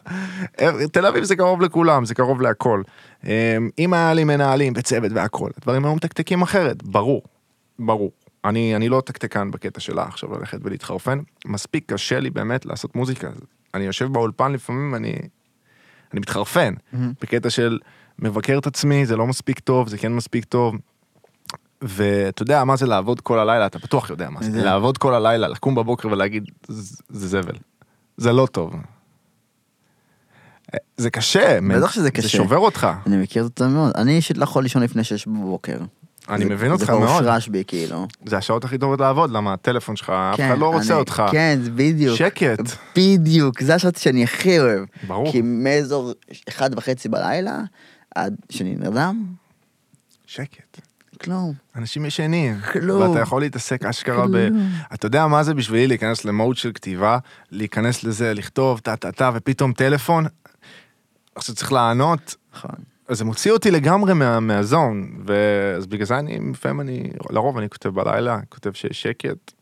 B: אה, תל אביב זה קרוב לכולם זה קרוב להכל. אה, אם היה לי מנהלים וצוות והכל הדברים היו מתקתקים אחרת ברור. ברור. אני אני לא תקתקן בקטע שלה עכשיו ללכת ולהתחרפן מספיק קשה לי באמת לעשות מוזיקה אני יושב באולפן לפעמים אני. אני מתחרפן בקטע של מבקר את עצמי זה לא מספיק טוב זה כן מספיק טוב. ואתה יודע מה זה לעבוד כל הלילה אתה בטוח יודע מה
A: אני
B: זה
A: יודע.
B: לעבוד כל הלילה לקום בבוקר ולהגיד "ז- זה זבל זה לא טוב. אה, זה קשה מן.
A: בטח שזה
B: זה
A: קשה.
B: שובר אותך
A: אני מכיר אותה מאוד. אני אישית לא יכול לישון לפני שש בבוקר.
B: אני
A: זה-
B: מבין אותך
A: זה כבר
B: מאוד
A: הופרש בי, כאילו.
B: זה השעות הכי טובות לעבוד למה הטלפון שלך אף אחד
A: כן,
B: לא רוצה
A: אני-
B: אותך
A: כן, זה בדיוק.
B: שקט
A: בדיוק, זה השעות שאני הכי אוהב.
B: ברור.
A: כי מאזור אחד וחצי בלילה, עד שאני נרדם,
B: שקט.
A: כלום.
B: אנשים ישנים,
A: כלום.
B: ואתה יכול להתעסק אשכרה ב... אתה יודע מה זה בשבילי להיכנס למוד של כתיבה, להיכנס לזה, לכתוב טה טה טה, ופתאום טלפון, עכשיו צריך לענות,
A: נכון.
B: אז זה מוציא אותי לגמרי מה, מהזון, ואז בגלל זה אני, לפעמים אני, לרוב אני כותב בלילה, כותב שיש שקט,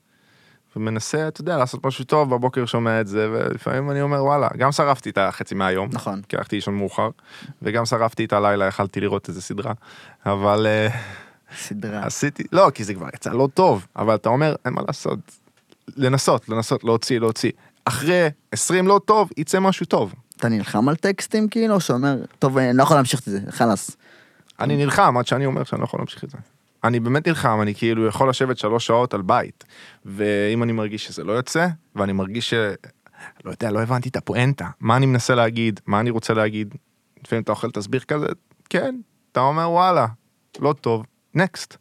B: ומנסה, אתה יודע, לעשות משהו טוב, בבוקר שומע את זה, ולפעמים אני אומר, וואלה, גם שרפתי את החצי מהיום,
A: נכון.
B: כי הלכתי לישון מאוחר, וגם שרפתי את הלילה, יכלתי לראות איזה סדרה, אבל... אה,
A: סדרה.
B: עשיתי, לא, כי זה כבר יצא לא טוב, אבל אתה אומר, אין מה לעשות. לנסות, לנסות, להוציא, להוציא. אחרי 20 לא טוב, יצא משהו טוב.
A: אתה נלחם על טקסטים, כאילו, שאומר, טוב, אני לא יכול להמשיך את זה, חלאס.
B: אני נלחם עד שאני אומר שאני לא יכול להמשיך את זה. אני באמת נלחם, אני כאילו יכול לשבת שלוש שעות על בית, ואם אני מרגיש שזה לא יוצא, ואני מרגיש ש... לא יודע, לא הבנתי את הפואנטה, מה אני מנסה להגיד, מה אני רוצה להגיד. לפעמים אתה אוכל תסביר כזה, כן, אתה אומר וואלה, לא טוב, נקסט.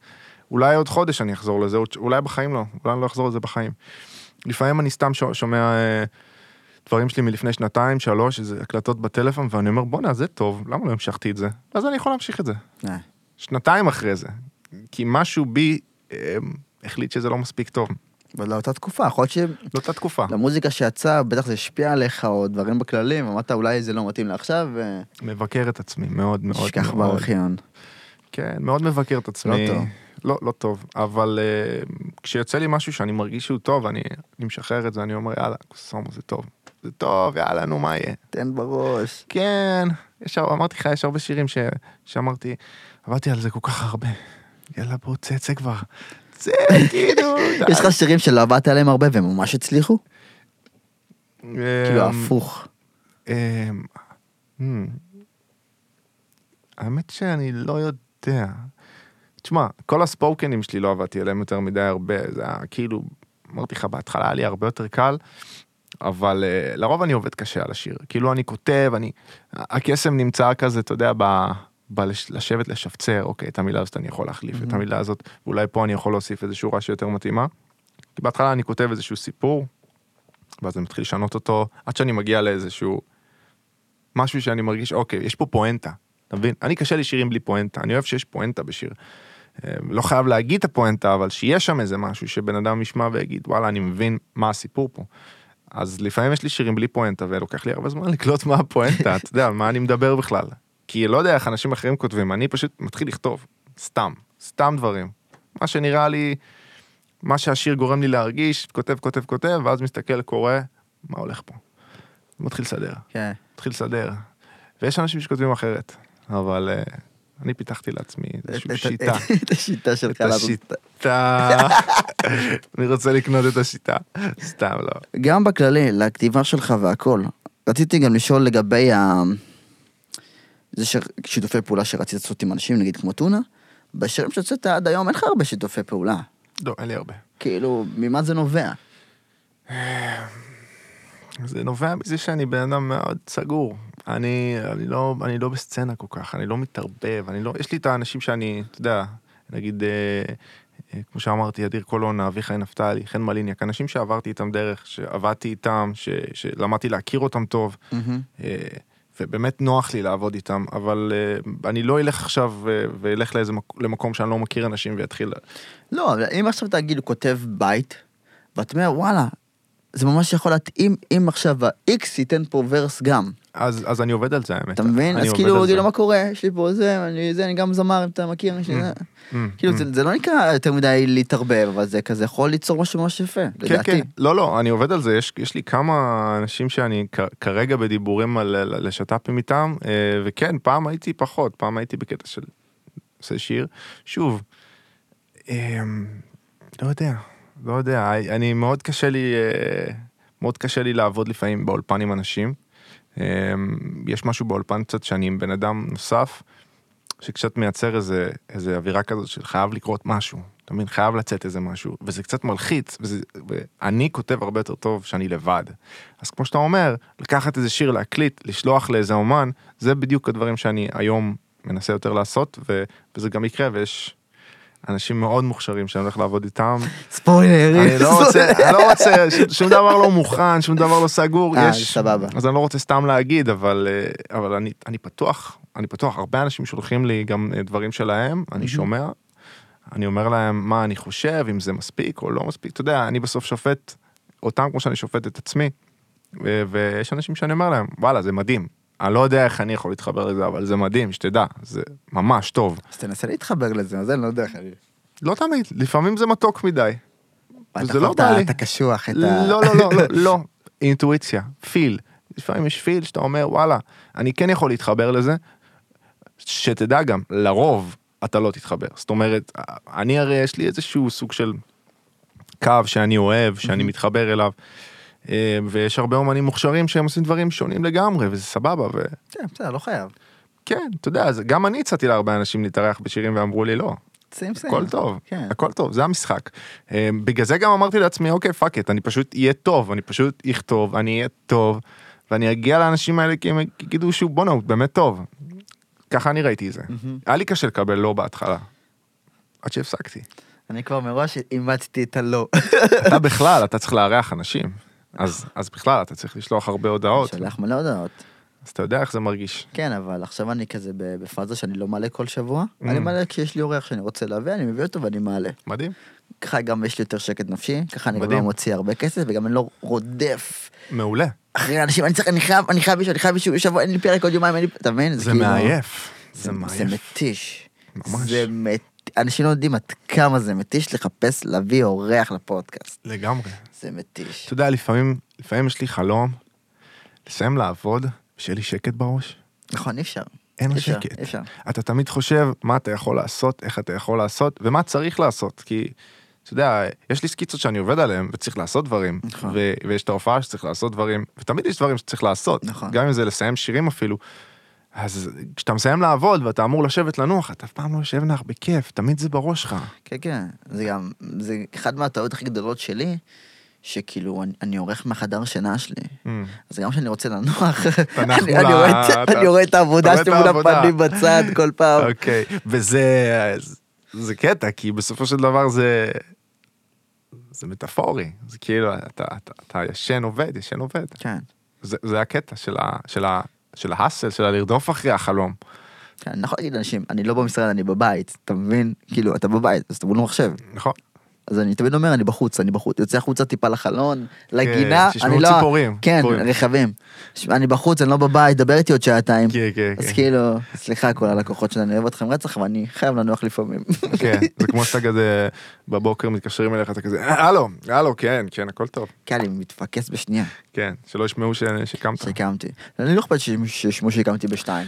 B: אולי עוד חודש אני אחזור לזה, עוד- אולי בחיים לא, אולי אני לא אחזור לזה בחיים. לפעמים אני סתם שו- שומע אה, דברים שלי מלפני שנתיים, שלוש, איזה הקלטות בטלפון, ואני אומר, בואנה, זה טוב, למה לא המשכתי את זה? אז אני יכול להמשיך את זה.
A: אה,
B: שנתיים אחרי זה. כי משהו בי אה, החליט שזה לא מספיק טוב.
A: אבל לאותה תקופה, יכול להיות
B: לאותה תקופה.
A: שלמוזיקה שיצאה, בטח זה השפיע עליך, או דברים בכללים, אמרת, אולי זה לא מתאים לעכשיו,
B: מבקר את עצמי מאוד מאוד.
A: ותשכח
B: מאוד.
A: בארכיון.
B: כן, מאוד מבקר את עצמי.
A: לא טוב.
B: לא, לא טוב. אבל אה, כשיוצא לי משהו שאני מרגיש שהוא טוב, אני, אני משחרר את זה, אני אומר, יאללה, קוסומו, זה טוב. זה טוב, יאללה, נו, מה יהיה?
A: תן בראש.
B: כן, יש, הר- אמרתי לך, יש הרבה שירים ש, שאמרתי, עבדתי על זה כל כך הרבה. יאללה, בוא, צא, צא כבר. צא, כאילו. די.
A: יש לך שירים שלא עבדת עליהם הרבה והם ממש הצליחו?
B: אה,
A: כאילו, הפוך.
B: אמ, אמ, האמת שאני לא יודע. תשמע, כל הספוקנים שלי לא עבדתי עליהם יותר מדי הרבה, זה היה כאילו, אמרתי לך, בהתחלה היה לי הרבה יותר קל, אבל אה, לרוב אני עובד קשה על השיר. כאילו אני כותב, אני... הקסם נמצא כזה, אתה יודע, ב... בלשבת לשפצר, אוקיי, את המילה הזאת אני יכול להחליף, את המילה הזאת, ואולי פה אני יכול להוסיף איזו שורה שיותר מתאימה. כי בהתחלה אני כותב איזשהו סיפור, ואז אני מתחיל לשנות אותו, עד שאני מגיע לאיזשהו משהו שאני מרגיש, אוקיי, יש פה פואנטה, אתה מבין? אני קשה לי שירים בלי פואנטה, אני אוהב שיש פואנטה בשיר. אה, לא חייב להגיד את הפואנטה, אבל שיהיה שם איזה משהו שבן אדם ישמע ויגיד, וואלה, אני מבין מה הסיפור פה. אז לפעמים יש לי שירים בלי פואנטה, ולוקח לי הרבה זמן לקלוט מה הפואנטה, אתה יודע, על מה אני מדבר בכלל. כי לא יודע איך אנשים אחרים כותבים, אני פשוט מתחיל לכתוב, סתם, סתם דברים. מה שנראה לי, מה שהשיר גורם לי להרגיש, כותב, כותב, כותב, ואז מסתכל, קורא, מה הולך פה. מתחיל לסדר.
A: כן.
B: התחיל לסדר. ויש אנשים שכותבים אחרת, אבל אה, אני פיתחתי לעצמי
A: את-
B: איזושהי
A: את-
B: שיטה.
A: את השיטה שלך.
B: את
A: לעשות.
B: השיטה. אני רוצה לקנות את השיטה. סתם לא.
A: גם בכללי, לכתיבה שלך והכל. רציתי גם לשאול לגבי ה... זה ש... שיתופי פעולה שרצית לעשות עם אנשים, נגיד כמו טונה. בשירים שהוצאת עד היום אין לך הרבה שיתופי פעולה.
B: לא, אין לי הרבה.
A: כאילו, ממה זה נובע?
B: זה נובע מזה שאני בן אדם מאוד סגור. אני, אני, לא, אני לא בסצנה כל כך, אני לא מתערבב, אני לא, יש לי את האנשים שאני, אתה יודע, נגיד, אה, אה, כמו שאמרתי, אדיר קולונה, אביחי נפתלי, חן מליניאק, אנשים שעברתי איתם דרך, שעבדתי איתם, ש, שלמדתי להכיר אותם טוב,
A: מהמם.
B: אה, ובאמת נוח לי לעבוד איתם, אבל אה, אני לא אלך עכשיו אה, ואלך לאיזה מק- למקום שאני לא מכיר אנשים ואתחיל...
A: לא, אבל אם עכשיו תגיד, הוא כותב בית, ואת אומר, וואלה, זה ממש יכול להתאים אם עכשיו ה-X ייתן פה ורס גם.
B: אז, אז אני עובד על זה, האמת.
A: אתה מבין?
B: אני
A: אז
B: עובד
A: כאילו,
B: על
A: הוא
B: זה.
A: כאילו, מה קורה? יש לי פה זה, אני זה, אני גם זמר, אם אתה מכיר, יש לי זה.
B: Mm,
A: כאילו,
B: mm.
A: זה- זה לא נקרא יותר מדי להתערבב, אבל זה כזה יכול ליצור משהו ממש יפה,
B: כן, כן,
A: לדעתי.
B: לא, לא, אני עובד על זה, יש, יש לי כמה אנשים שאני כ- כרגע בדיבורים על על- לשת"פים איתם, אה, וכן, פעם הייתי פחות, פעם הייתי בקטע של עושה שיר. שוב, אה, לא יודע, לא יודע, אני מאוד קשה לי, אה, מאוד קשה לי לעבוד לפעמים באולפן עם אנשים. אה, יש משהו באולפן קצת שאני עם בן אדם נוסף, שקצת מייצר איזה, איזה אווירה כזאת של חייב לקרות משהו, אתה מבין? חייב לצאת איזה משהו, וזה קצת מלחיץ, וזה, ואני כותב הרבה יותר טוב שאני לבד. אז כמו שאתה אומר, לקחת איזה שיר להקליט, לשלוח לאיזה אומן, זה בדיוק הדברים שאני היום מנסה יותר לעשות, ו, וזה גם יקרה, ויש אנשים מאוד מוכשרים שאני הולך לעבוד איתם.
A: ספוילרים.
B: אני לא רוצה, אני לא רוצה, ש- שום דבר לא מוכן, שום דבר לא סגור.
A: אה,
B: יש-
A: זה סבבה.
B: אז אני לא רוצה סתם להגיד, אבל, אה, אבל אני, אני פתוח, אני פתוח, הרבה אנשים שולחים לי גם אה, דברים שלהם, אני שומע, אני אומר להם מה אני חושב, אם זה מספיק או לא מספיק, אתה יודע, אני בסוף שופט אותם כמו שאני שופט את עצמי, ו- ויש אנשים שאני אומר להם, וואלה, זה מדהים. אני לא יודע איך אני יכול להתחבר לזה, אבל זה מדהים, שתדע, זה ממש טוב.
A: אז תנסה להתחבר לזה, אז אני לא יודע. חביבי.
B: לא תמיד, לפעמים זה מתוק מדי.
A: אתה
B: זה לא
A: חוטא,
B: בא לי.
A: אתה קשוח, את ה...
B: לא, לא, לא, לא, לא, אינטואיציה, פיל. לפעמים יש פיל שאתה אומר, וואלה, אני כן יכול להתחבר לזה, שתדע גם, לרוב אתה לא תתחבר. זאת אומרת, אני הרי יש לי איזשהו סוג של קו שאני אוהב, שאני מתחבר אליו, אה, ויש הרבה אומנים מוכשרים שהם עושים דברים שונים לגמרי, וזה סבבה, וכן,
A: כן, בסדר, לא חייב.
B: אתה יודע, זה- גם אני הצעתי להרבה אנשים להתארח בשירים ואמרו לי, לא,
A: שים שים.
B: הכל טוב,
A: כן.
B: הכל טוב, זה המשחק. אה, בגלל זה גם אמרתי לעצמי, אוקיי, פאק את, אני פשוט אהיה טוב, אני פשוט אכתוב, אני אהיה טוב, ואני אגיע לאנשים האלה כי הם יגידו שהוא בואנה, הוא באמת טוב. ככה אני ראיתי את זה. היה לי קשה לקבל לא בהתחלה. עד שהפסקתי.
A: אני כבר מראש אימצתי את הלא.
B: אתה בכלל, אתה צריך לארח אנשים. אז, אז בכלל, אתה צריך לשלוח הרבה הודעות,
A: שלח מלא הודעות.
B: אז אתה יודע איך זה מרגיש.
A: כן, אבל עכשיו אני כזה ב- בפאזה שאני לא מעלה כל שבוע.
B: Mm.
A: אני מעלה כשיש לי אורח שאני רוצה להביא, אני מביא אותו ואני מעלה.
B: מדהים.
A: ככה גם יש לי יותר שקט נפשי, ככה אני גם
B: מדהים.
A: לא מוציא הרבה כסף, וגם אני לא רודף
B: מעולה.
A: אחרי אנשים, אני צריך, אני חייב, אני חייב מישהו, אני חייב מישהו, שבוע, אין לי פרק עוד יומיים, אין לי... אתה מבין?
B: זה
A: כאילו-
B: מעייף. זה
A: זה
B: מעייף.
A: מתיש.
B: ממש.
A: זה מת... אנשים לא יודעים עד כמה זה מתיש לחפש להביא אורח לפודקאסט.
B: לגמרי.
A: זה מתיש.
B: אתה יודע, לפעמים, לפעמים יש לי חלום לסיים לעבוד, שיהיה לי שקט בראש,
A: נכון, אי אפשר.
B: אין
A: אי
B: לי
A: אפשר,
B: שקט.
A: אי אפשר.
B: אתה תמיד חושב מה אתה יכול לעשות, איך אתה יכול לעשות, ומה צריך לעשות, כי, אתה יודע, יש לי סקיצות שאני עובד עליהן, וצריך לעשות דברים,
A: נכון.
B: ו- ויש את ההופעה שצריך לעשות דברים, ותמיד יש דברים שצריך לעשות,
A: נכון.
B: גם אם זה לסיים שירים אפילו. אז כשאתה מסיים לעבוד ואתה אמור לשבת לנוח, אתה אף פעם לא יושב נח בכיף, תמיד זה בראש שלך.
A: כן, כן, זה גם, זה אחת מהטעויות הכי גדולות שלי, שכאילו, אני, אני עורך מהחדר שינה שלי. אז גם כשאני רוצה לנוח,
B: נח
A: אני,
B: מול
A: אני, רואה
B: ה-
A: את,
B: אתה-
A: אני רואה את העבודה
B: אתה
A: שלי
B: רואה את
A: מול
B: העבודה.
A: הפנים בצד כל פעם.
B: אוקיי, וזה זה קטע, כי בסופו של דבר זה, זה מטאפורי, זה כאילו אתה, אתה, אתה ישן עובד, ישן עובד.
A: כן,
B: זה, זה הקטע של, ה, של, ה, של ההאסל, של הלרדוף אחרי החלום.
A: כן, אני יכול להגיד לאנשים, אני לא במשרד, אני בבית, אתה מבין? כאילו, אתה בבית, אז אתה מול מחשב.
B: נכון?
A: אז אני תמיד אומר, אני בחוץ, אני בחוץ, יוצא החוצה טיפה לחלון,
B: כן,
A: לגינה,
B: שישמעו
A: אני לא...
B: ציפורים,
A: כן,
B: ציפורים.
A: רכבים. ש- אני בחוץ, אני לא בבית, דבר איתי עוד שעתיים.
B: כן, כן,
A: אז
B: כן.
A: כאילו, סליחה כל הלקוחות שלי, אני אוהב אתכם רצח, אבל אני חייב לנוח לפעמים.
B: כן, זה כמו שאתה כזה בבוקר מתקשרים אליך, אתה כזה, "אה, הלו, הלו, כן, כן, הכל טוב.
A: כן, אני מתפקס בשנייה,
B: כן, שלא ישמעו ש- שקמת.
A: שקמתי. אני לא אכפת שישמעו- שישמעו שקמתי בשתיים.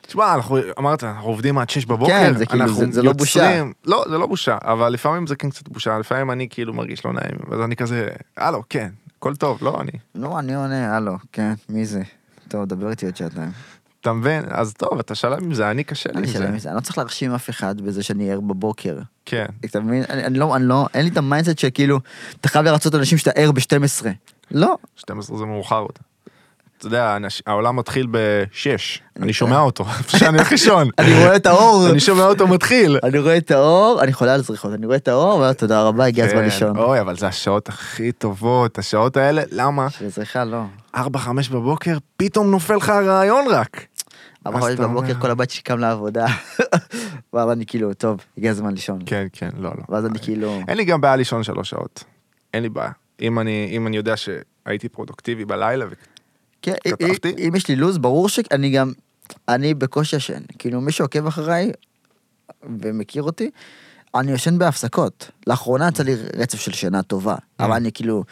B: תשמע, אנחנו, אמרת, אנחנו עובדים עד שש בבוקר,
A: כן, זה כאילו,
B: אנחנו
A: זה- זה לא
B: יוצרים- לא, זה לא בושה, אבל לפעמים זה כן קצת בושה, לפעמים אני כאילו מרגיש לא נעים, אז אני כזה, הלו, כן, הכל טוב, לא אני.
A: לא, אני עונה, הלו, כן, מי זה? טוב, דבר איתי עוד שעתיים.
B: אתה מבין? אז טוב, אתה שלם עם זה, אני קשה לי עם
A: אני
B: זה.
A: שלם עם זה, אני לא צריך להרשים אף אחד בזה שאני ער בבוקר.
B: כן,
A: אתה מבין? אני, אני לא, אני לא, אין לי את המיינדסט שכאילו, אתה חייב לרצות אנשים שאתה ער ב-12. לא,
B: 12 זה מאוחר עוד. אתה יודע, אנש- העולם מתחיל בשש, אני שומע אותו, לפני שאני הולך לישון,
A: אני רואה את האור,
B: אני שומע אותו מתחיל.
A: אני רואה את האור, אני חולה על זריחות, אני רואה את האור, ואומר, תודה רבה, הגיע הזמן
B: כן,
A: לישון.
B: אוי, אבל זה השעות הכי טובות, השעות האלה, למה?
A: שזריחה לא.
B: 4-5 בבוקר, פתאום נופל לך הרעיון רק.
A: אבל
B: אז
A: חודש
B: אתה אומר-
A: בבוקר כל הבית שלי קם לעבודה. ואז אני כאילו, טוב, הגיע הזמן לישון.
B: כן, כן, לא, לא.
A: ואז אני כאילו,
B: אין לי גם בעיה לישון שלוש שעות. אין לי בעיה. אם אני, אם אני יודע שהייתי פרודוקטיבי בלילה, ו...
A: כן, אם-
B: כתבתי.
A: אם יש לי לו"ז, ברור שאני גם, אני בקושי ישן. כאילו, מי שעוקב אחריי ומכיר אותי, אני ישן בהפסקות. לאחרונה יצא לי רצף של שינה טובה,
B: Mm.
A: אבל אני כאילו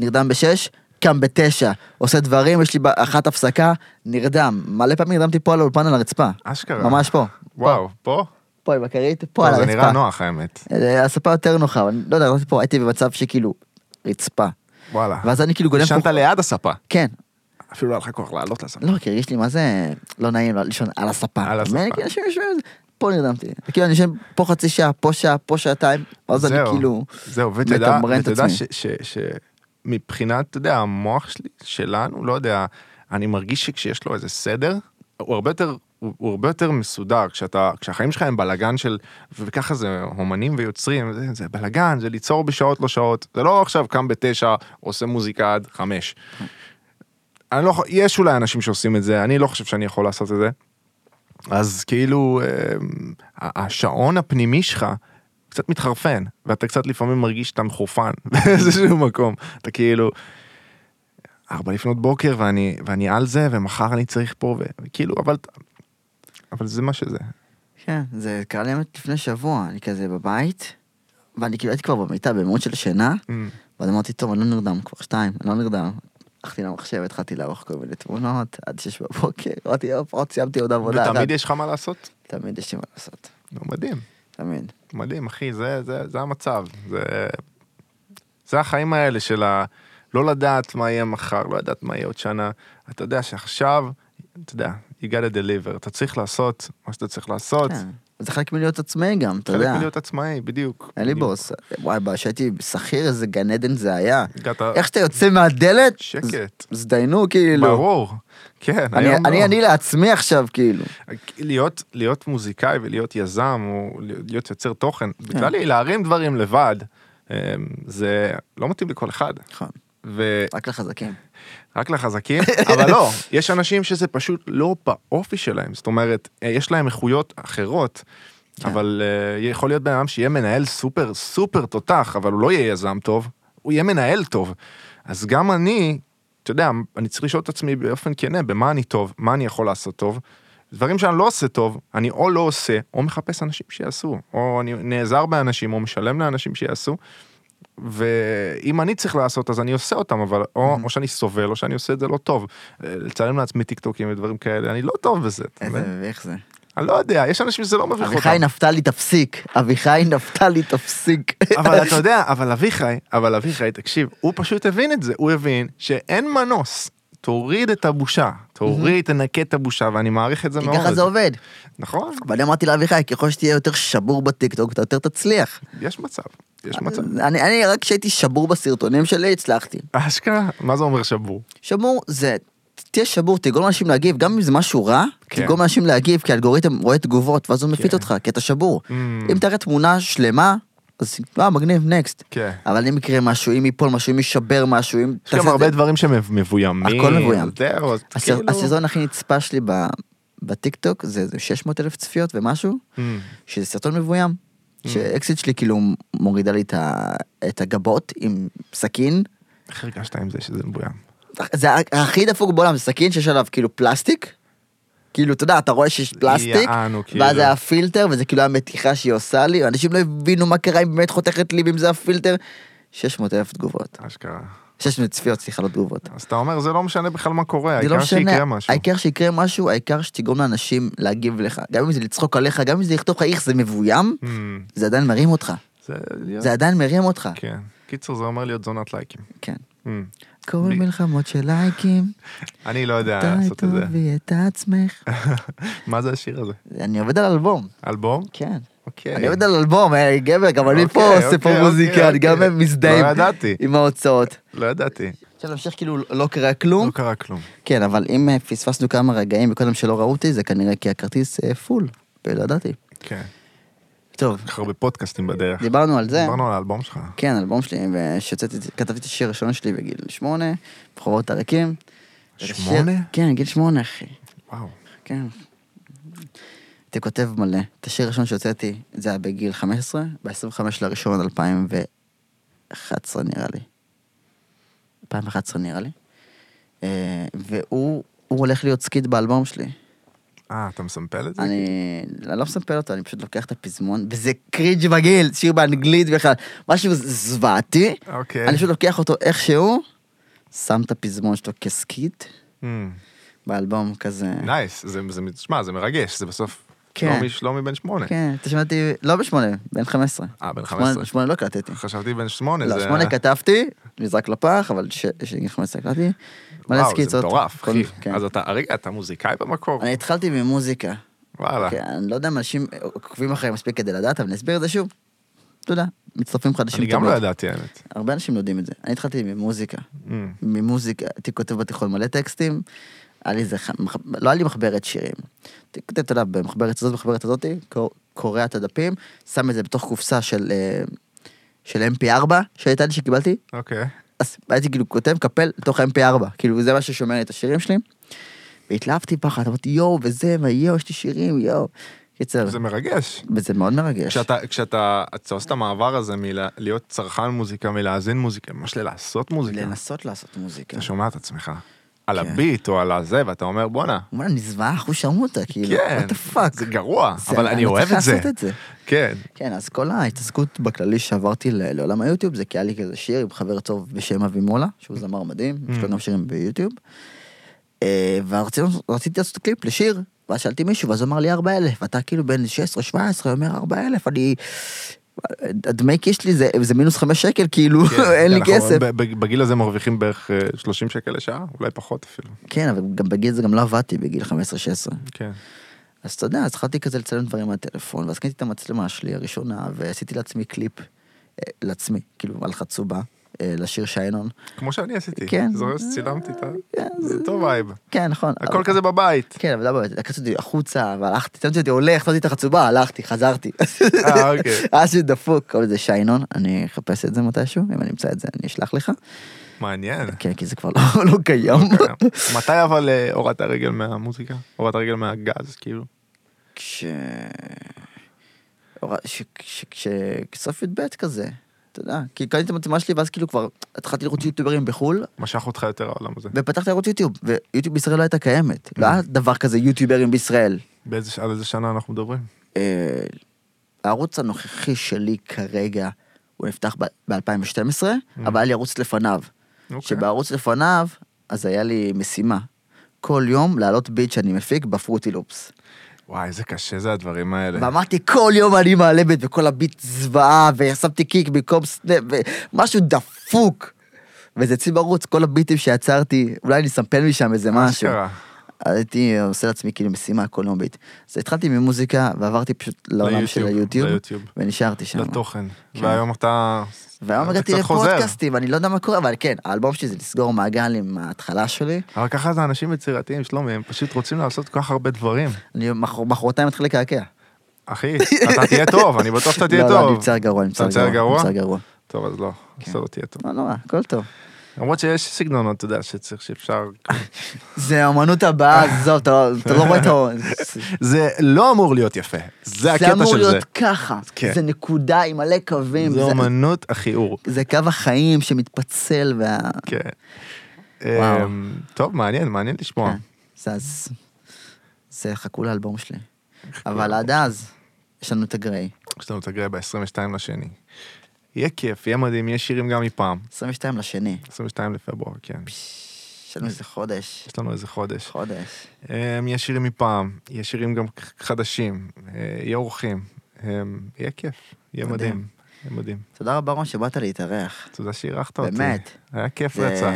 A: נרדם בשש, קם בתשע, עושה דברים, יש לי ב- אחת הפסקה, נרדם. מלא פעמים נרדמתי פה על האולפן על הרצפה.
B: אשכרה.
A: ממש פה.
B: וואו, פה?
A: פה עם הכרית, פה על
B: פה
A: הרצפה.
B: זה נראה נוח האמת.
A: אה, הספה יותר נוחה, אבל אני לא יודע, נרדמתי פה, הייתי במצב שכאילו, רצפה.
B: וואלה.
A: ואז אני כאילו גולם
B: ישנת
A: פה-
B: ליד הספה.
A: כן,
B: אפילו לא היה לך כוח לעלות לספה.
A: לא, כי הרגיש לי מה זה לא נעים לישון על הספה.
B: על הספה.
A: ואני, כאילו, אנשים יושבים על זה, פה נרדמתי. כאילו אני ישן פה חצי שעה, פה שעה, פה שעתיים, אז אני
B: זהו,
A: כאילו...
B: זהו, ותדע,
A: מתמרן את
B: ותדע
A: עצמי.
B: ש- ש- ש- מבחינת, אתה יודע, המוח שלי, שלנו, לא יודע, אני מרגיש שכשיש לו איזה סדר, הוא הרבה יותר, הוא הוא הרבה יותר מסודר, כשאתה, כשהחיים שלך הם בלאגן של, וככה זה אומנים ויוצרים, זה, זה בלאגן, זה ליצור בשעות לא שעות, זה לא עכשיו קם בתשע, עושה מוזיקה עד חמש.
A: כן.
B: אני לא, יכול- יש אולי אנשים שעושים את זה, אני לא חושב שאני יכול לעשות את זה. אז כאילו אמ, ה- השעון הפנימי שלך קצת מתחרפן ואתה קצת לפעמים מרגיש שאתה מחורפן באיזשהו מקום אתה כאילו. ארבע לפנות בוקר ואני ואני על זה ומחר אני צריך פה וכאילו אבל אבל זה מה שזה
A: כן, זה קרה לי באמת לפני שבוע, אני כזה בבית, ואני כאילו הייתי כבר במיטה במוד של שינה,
B: Mm.
A: ואז אמרתי, טוב, אני לא נרדם כבר שתיים, אני לא נרדם. הלכתי למחשב, התחלתי לערוך כל מיני תמונות, עד שש בבוקר, אמרתי, יופ, עוד סיימתי עוד עבודה אחת.
B: ותמיד יש לך מה לעשות.
A: תמיד יש לי מה לעשות,
B: נו, מדהים
A: תמיד.
B: מדהים אחי זה זה זה המצב זה זה החיים האלה של ה... לא לדעת מה יהיה מחר, לא לדעת מה יהיה עוד שנה. אתה יודע שעכשיו, אתה יודע, you gotta deliver, אתה צריך לעשות מה שאתה צריך לעשות.
A: כן. זה חלק מלהיות עצמאי גם, אתה
B: חלק
A: יודע.
B: מלהיות עצמאי, בדיוק.
A: אין לי
B: בדיוק.
A: בוס. וואי, ב- כשהייתי שכיר, איזה גן עדן זה היה.
B: הגעת
A: איך שאתה יוצא מהדלת,
B: שקט.
A: זדיינו כאילו.
B: ברור. כן,
A: אני-
B: היום
A: אני
B: לא.
A: אני לעצמי עכשיו כאילו.
B: להיות, להיות מוזיקאי ולהיות יזם, או להיות יוצר תוכן,
A: כן.
B: בכלל להרים דברים לבד, אה, זה לא מתאים לכל אחד.
A: נכון,
B: ו...
A: רק לחזקים.
B: רק לחזקים, אבל לא, יש אנשים שזה פשוט לא באופי שלהם, זאת אומרת, אה, יש להם איכויות אחרות,
A: כן.
B: אבל אה, יכול להיות בן אדם שיהיה מנהל סופר סופר תותח, אבל הוא לא יהיה יזם טוב, הוא יהיה מנהל טוב. אז גם אני, אתה יודע, אני צריך לשאול את עצמי באופן כנה, במה אני טוב, מה אני יכול לעשות טוב. דברים שאני לא עושה טוב, אני או לא עושה, או מחפש אנשים שיעשו, או אני נעזר באנשים, או משלם לאנשים שיעשו. ואם אני צריך לעשות אז אני עושה אותם אבל או, או שאני סובל או שאני עושה את זה לא טוב. אה, לצלם לעצמי טיקטוקים ודברים כאלה אני לא טוב בזה. אתה
A: איזה
B: מבין?
A: מביך זה.
B: אני לא יודע יש אנשים שזה לא מביך אותם.
A: אביחי נפתלי תפסיק. אביחי נפתלי תפסיק.
B: אבל אתה יודע אבל אביחי אבל אביחי תקשיב הוא פשוט הבין את זה הוא הבין שאין מנוס תוריד את הבושה תוריד תנקה את הבושה ואני מעריך את זה
A: כי
B: מאוד.
A: ככה זה עובד.
B: נכון
A: ואני אמרתי לאביחי, ככל שתהיה יותר שבור בטיקטוק, אתה יותר תצליח.
B: יש מצב
A: אה,
B: יש מצב.
A: אני, אני רק כשהייתי שבור בסרטונים שלי, הצלחתי.
B: אשכרה מה זה אומר שבור?
A: שמור זה, תהיה שבור, תגרום לאנשים להגיב, גם אם זה משהו רע,
B: כן.
A: תגרום לאנשים להגיב, כי האלגוריתם רואה תגובות, ואז הוא מפיץ
B: כן.
A: אותך, כי אתה שבור.
B: Mm.
A: אם תראה תמונה שלמה, אז אה, מגניב, נקסט.
B: כן.
A: אבל אם יקרה משהו, אם ייפול משהו, אם יישבר משהו, אם...
B: יש גם
A: תעשה את
B: הרבה
A: זה-
B: דברים שמבוימים.
A: הכל מבוים.
B: זהו, אז
A: הסר-
B: כאילו-
A: הסרטון הכי נצפה שלי ב- בטיקטוק זה איזה 600 אלף צפיות ומשהו,
B: Mm.
A: שזה סרטון מבוים. שאקסיט שלי כאילו מורידה לי את ה- את הגבות עם סכין.
B: איך הרגשת עם זה שזה מבוים?
A: זה ה- הכי דפוק בעולם, זה סכין שיש עליו כאילו פלסטיק. כאילו, אתה יודע, אתה רואה שיש פלסטיק,
B: יענו, כאילו.
A: ואז היה הפילטר, וזה כאילו המתיחה שהיא עושה לי, אנשים לא הבינו מה קרה, אם באמת חותכת לי, ואם זה הפילטר. 600 אלף תגובות.
B: אשכרה.
A: 600 צפיות, סליחה, לא תגובות.
B: אז אתה אומר זה לא משנה בכלל מה קורה,
A: זה לא
B: העיקר
A: משנה,
B: שיקרה משהו.
A: העיקר שיקרה משהו, העיקר שתגרום לאנשים להגיב לך. גם אם זה לצחוק עליך, גם אם זה לכתוב לך איך זה מבוים,
B: Hmm,
A: זה עדיין מרים אותך.
B: זה להיות-
A: זה עדיין מרים אותך.
B: כן. קיצור זה אומר להיות זונת לייקים.
A: כן.
B: Hmm.
A: כל
B: בלי-
A: מלחמות של לייקים,
B: אני לא יודע
A: די
B: לעשות את זה.
A: טובי את עצמך.
B: מה זה השיר הזה?
A: אני עובד על אלבום,
B: אלבום?
A: כן.
B: אוקיי.
A: אני עובד על אלבום, אה, גבר, גם אני
B: אוקיי,
A: פה עושה פה
B: אוקיי,
A: מוזיקה,
B: אוקיי,
A: אני גם
B: אוקיי.
A: מזדהה
B: לא
A: עם-
B: ידעתי.
A: עם ההוצאות.
B: לא ידעתי.
A: אפשר להמשיך כאילו לא קרה כלום.
B: לא קרה כלום.
A: כן, אבל אם אה, פספסנו כמה רגעים וקודם שלא ראו אותי, זה כנראה כי הכרטיס אה, פול, ולא ידעתי.
B: כן.
A: טוב,
B: יש לך הרבה פודקאסטים בדרך.
A: דיברנו על זה.
B: דיברנו על האלבום שלך.
A: כן, אלבום שלי, ושיצאתי, כתבתי את השיר הראשון שלי בגיל שמונה, ברחובות הריקים.
B: שמונה?
A: השיר- כן, גיל שמונה, אחי.
B: וואו.
A: כן. הייתי כותב מלא. את השיר הראשון שהוצאתי, זה היה בגיל 15, ב-25 לראשון 2011 נראה לי. 2011 נראה לי. אה, והוא הוא הולך להיות סקיד באלבום שלי.
B: אה, אתה מסמפל את זה? כן.
A: אני אני לא מספר אותו, אני פשוט לוקח את הפזמון, וזה קרינג' מגעיל, שיר באנגלית בכלל, משהו זוועתי.
B: אוקיי.
A: אני פשוט לוקח אותו איכשהו, שם את הפזמון שלו כסקית,
B: Hmm.
A: באלבום כזה.
B: נייס, זה, זה, תשמע, זה מרגש, זה בסוף לא
A: כן.
B: שלומי, שלומי בן שמונה.
A: כן, אתה שמע אותי, לא בשמונה, בן 15.
B: אה, בן
A: שמונה-
B: 15.
A: שמונה לא קלטתי.
B: חשבתי בן שמונה,
A: לא,
B: זה...
A: שמונה כתבתי, נזרק לפח, אבל ש- שגיל 15 קלטתי. מלא
B: וואו, זה
A: סקיצות.
B: מטורף,
A: כל-
B: אחי.
A: כן.
B: אז אתה, רגע, אתה מוזיקאי במקור?
A: אני התחלתי ממוזיקה.
B: וואלה.
A: כן, אני לא יודע אם אנשים עוקבים אחרי מספיק כדי לדעת, אבל אני אסביר את זה שוב. אתה יודע, מצטרפים חדשים.
B: אני גם לא
A: תמיד.
B: ידעתי, האמת.
A: הרבה אנשים לא יודעים את זה. אני התחלתי ממוזיקה.
B: Hmm.
A: ממוזיקה, הייתי כותב בתיכון מלא טקסטים, היה לי איזה, ח- מח- לא היה לי מחברת שירים. הייתי כותב, אתה יודע, במחברת הזאת, במחברת הזאתי, קור- קורע את הדפים, שם את זה בתוך קופסה של, אה, של mp4 שהייתה לי, שקיבלתי,
B: אוקיי.
A: אז הייתי כאילו כותב, מקפל לתוך mp4, כאילו זה מה ששומר לי את השירים שלי. והתלהבתי פחד, אמרתי יואו, וזה, ויואו, יש לי שירים, יואו. קיצר,
B: זה מרגש.
A: וזה מאוד מרגש.
B: כשאתה, כשאתה, אתה עושה את המעבר הזה מלהיות צרכן מוזיקה, מלהאזין מוזיקה, ממש ללעשות מוזיקה.
A: לנסות לעשות מוזיקה.
B: אתה שומע את עצמך. על
A: כן.
B: הביט או על הזה, ואתה אומר, בואנה.
A: וואלה, נזוועה אחושרמוטה, כאילו,
B: כן,
A: what the fuck.
B: זה גרוע, אבל אני
A: צריך
B: אוהב את זה.
A: לעשות את זה.
B: כן.
A: כן, אז כל ההתעסקות בכללי שעברתי ל- לעולם היוטיוב, זה כי היה לי כזה שיר עם חבר טוב בשם אבי מולה, שהוא זמר מדהים,
B: Mm.
A: יש לו גם שירים ביוטיוב. אה, ורצינו- רציתי לעשות קליפ לשיר, ואז שאלתי מישהו, ואז הוא אמר לי 4,000, ואתה כאילו בן 16-17, אומר 4,000, אני... הדמי כיס שלי זה, זה מינוס חמש שקל, כאילו,
B: כן,
A: אין לי
B: אנחנו
A: כסף.
B: ב- ב- בגיל הזה מרוויחים בערך אה, 30 שקל לשעה, אולי פחות אפילו.
A: כן, אבל גם בגיל זה גם לא עבדתי, בגיל 15-16.
B: כן.
A: אז אתה יודע, אז התחלתי כזה לצלם דברים מהטלפון, ואז קניתי את המצלמה שלי הראשונה, ועשיתי לעצמי קליפ, אה, לעצמי, כאילו, על חצובה, אה, לשיר שיינון.
B: כמו שאני עשיתי.
A: כן.
B: זוכר שצילמתי את ה...
A: כן,
B: זה טוב וייב.
A: כן, נכון.
B: הכל
A: אבל-
B: כזה בבית.
A: כן, אבל למה, לקחתי אותי החוצה, והלכתי, שמתי אותי הולך, שמתי את החצובה, הלכתי, חזרתי.
B: אה, אוקיי.
A: היה שלי דפוק, קוראים לזה שיינון, אני אחפש את זה מתישהו, אם אני אמצא את זה, אני אשלח לך.
B: מעניין.
A: כן, כי זה כבר לא- לא קיים.
B: כן. מתי אבל אה, הורדת רגל מהמוזיקה? הורדת רגל מהגז, כאילו?
A: כש... הורא- ש- ש- ש- כסוף י"ב כזה, אתה יודע, כי קניתי את המצלמה שלי ואז כאילו כבר התחלתי לראות יוטיוברים בחו"ל,
B: משך אותך יותר העולם הזה.
A: ופתחתי ערוץ יוטיוב, ויוטיוב בישראל לא הייתה קיימת, לא היה דבר כזה יוטיוברים בישראל.
B: באיזה ש- על איזה שנה אנחנו מדברים?
A: אה, הערוץ הנוכחי שלי כרגע, הוא נפתח ב-2012, אבל היה לי ערוץ לפניו.
B: אוקיי.
A: שבערוץ לפניו, אז היה לי משימה. כל יום להעלות ביט שאני מפיק בפרוטי לופס.
B: וואי, איזה קשה זה הדברים האלה.
A: ואמרתי, כל יום אני מעלה ביט, וכל הביט זוועה, ושמתי קיק במקום סנאפ, ומשהו דפוק. וזה אצלי בערוץ, כל הביטים שיצרתי, אולי אני אסמפל משם איזה משהו.
B: אשכרה.
A: אז הייתי עושה לעצמי כאילו משימה כל יום ביט. אז התחלתי ממוזיקה, ועברתי פשוט לעולם של
B: ליוטיוב,
A: היוטיוב,
B: ליוטיוב.
A: ונשארתי שם.
B: לתוכן.
A: כן.
B: והיום אתה...
A: והיום
B: אתה
A: הגעתי
B: קצת חוזר.
A: לפודקאסטים, אני לא יודע מה קורה, אבל כן, האלבום שלי זה לסגור מעגל עם ההתחלה שלי.
B: אבל ככה זה אנשים יצירתיים, שלומי, הם פשוט רוצים לעשות כל כך הרבה דברים.
A: אני מחר- מחרתיים מתחיל לקעקע.
B: אחי, אתה תהיה טוב, אני בטוח שאתה תהיה
A: לא,
B: טוב.
A: לא, אני מצער גרוע, אני מצער
B: אתה מצער
A: גרוע.
B: גרוע?
A: מצער גרוע.
B: טוב, אז לא, אז אתה לא תהיה טוב.
A: לא נורא, הכל טוב.
B: למרות שיש סגנונות, אתה יודע, שצריך שאפשר...
A: זה האמנות הבאה,
B: אה.
A: עזוב, אתה לא- אתה לא רואה את ה...
B: זה לא אמור להיות יפה, זה
A: זה
B: הקטע
A: אמור
B: של זה.
A: להיות ככה.
B: כן.
A: זה נקודה עם מלא קווים.
B: זה
A: זה-
B: אומנות החיאור.
A: זה קו החיים שמתפצל וה...
B: כן.
A: וואו.
B: אמ, טוב, מעניין, מעניין לשמוע.
A: כן, זה אז... זה חכו לאלבום שלי. אבל עד אז, יש לנו את הגריי.
B: יש לנו את הגריה ב-22 לשני. יהיה כיף, יהיה מדהים, יהיה שירים גם מפעם.
A: 22 לשני.
B: 22 לפברואר, כן.
A: יש לנו איזה חודש.
B: יש לנו איזה חודש.
A: חודש.
B: אמ, יש שירים מפעם, יש שירים גם חדשים, אה, יהיה אורחים. אמ, יהיה כיף, יהיה
A: מדהים.
B: מדהים. מדהים.
A: תודה רבה רון שבאת להתארח.
B: תודה שאירחת אותי.
A: באמת. אה,
B: היה כיף
A: זה-
B: רצח.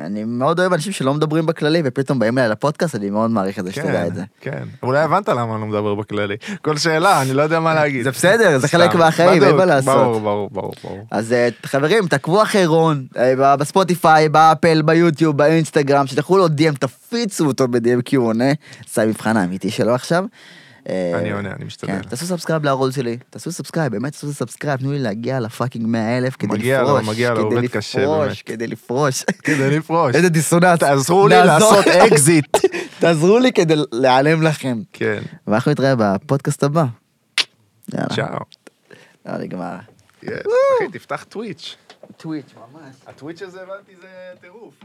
A: אני מאוד אוהב אנשים שלא מדברים בכללי ופתאום באים אליי לפודקאסט, אני מאוד מעריך את זה שתדע
B: כן,
A: את זה.
B: כן. אולי הבנת למה אני לא מדבר בכללי. כל שאלה, אני לא יודע מה להגיד.
A: אה, זה בסדר, זה חלק
B: סתם.
A: מהחיים, אין מה
B: בדוק,
A: לעשות.
B: ברור, ברור, ברור, ברור.
A: אז אה, חברים, תעקבו אחרי רון, אה, ב- בספוטיפיי, באפל, ביוטיוב, באינסטגרם, שתלכו לו DM, תפיצו אותו ב-DM כי הוא עונה, זה המבחן אה? האמיתי שלו עכשיו. אה,
B: אני עונה, אני משתדל.
A: כן, תעשו סאבסקרייב לערוץ שלי, תעשו סאבסקרייב, באמת תעשו סאבסקרייב, תנו לי להגיע לפאקינג 100 אלף כדי
B: מגיע לו,
A: לפרוש,
B: מגיע לו,
A: כדי
B: עובד קשה,
A: לפרוש,
B: באמת.
A: כדי לפרוש,
B: כדי לפרוש.
A: איזה דיסוננס,
B: תעזרו לי
A: נעזור-
B: לעשות אקזיט.
A: תעזרו לי כדי להיעלם לכם,
B: כן,
A: ואנחנו נתראה בפודקאסט הבא, יאללה,
B: צ'או.
A: יאללה, נגמר,
B: יס, אחי, תפתח טוויץ'.
A: טוויץ' ממש.
B: הטוויץ' הזה, הבנתי, זה טירוף.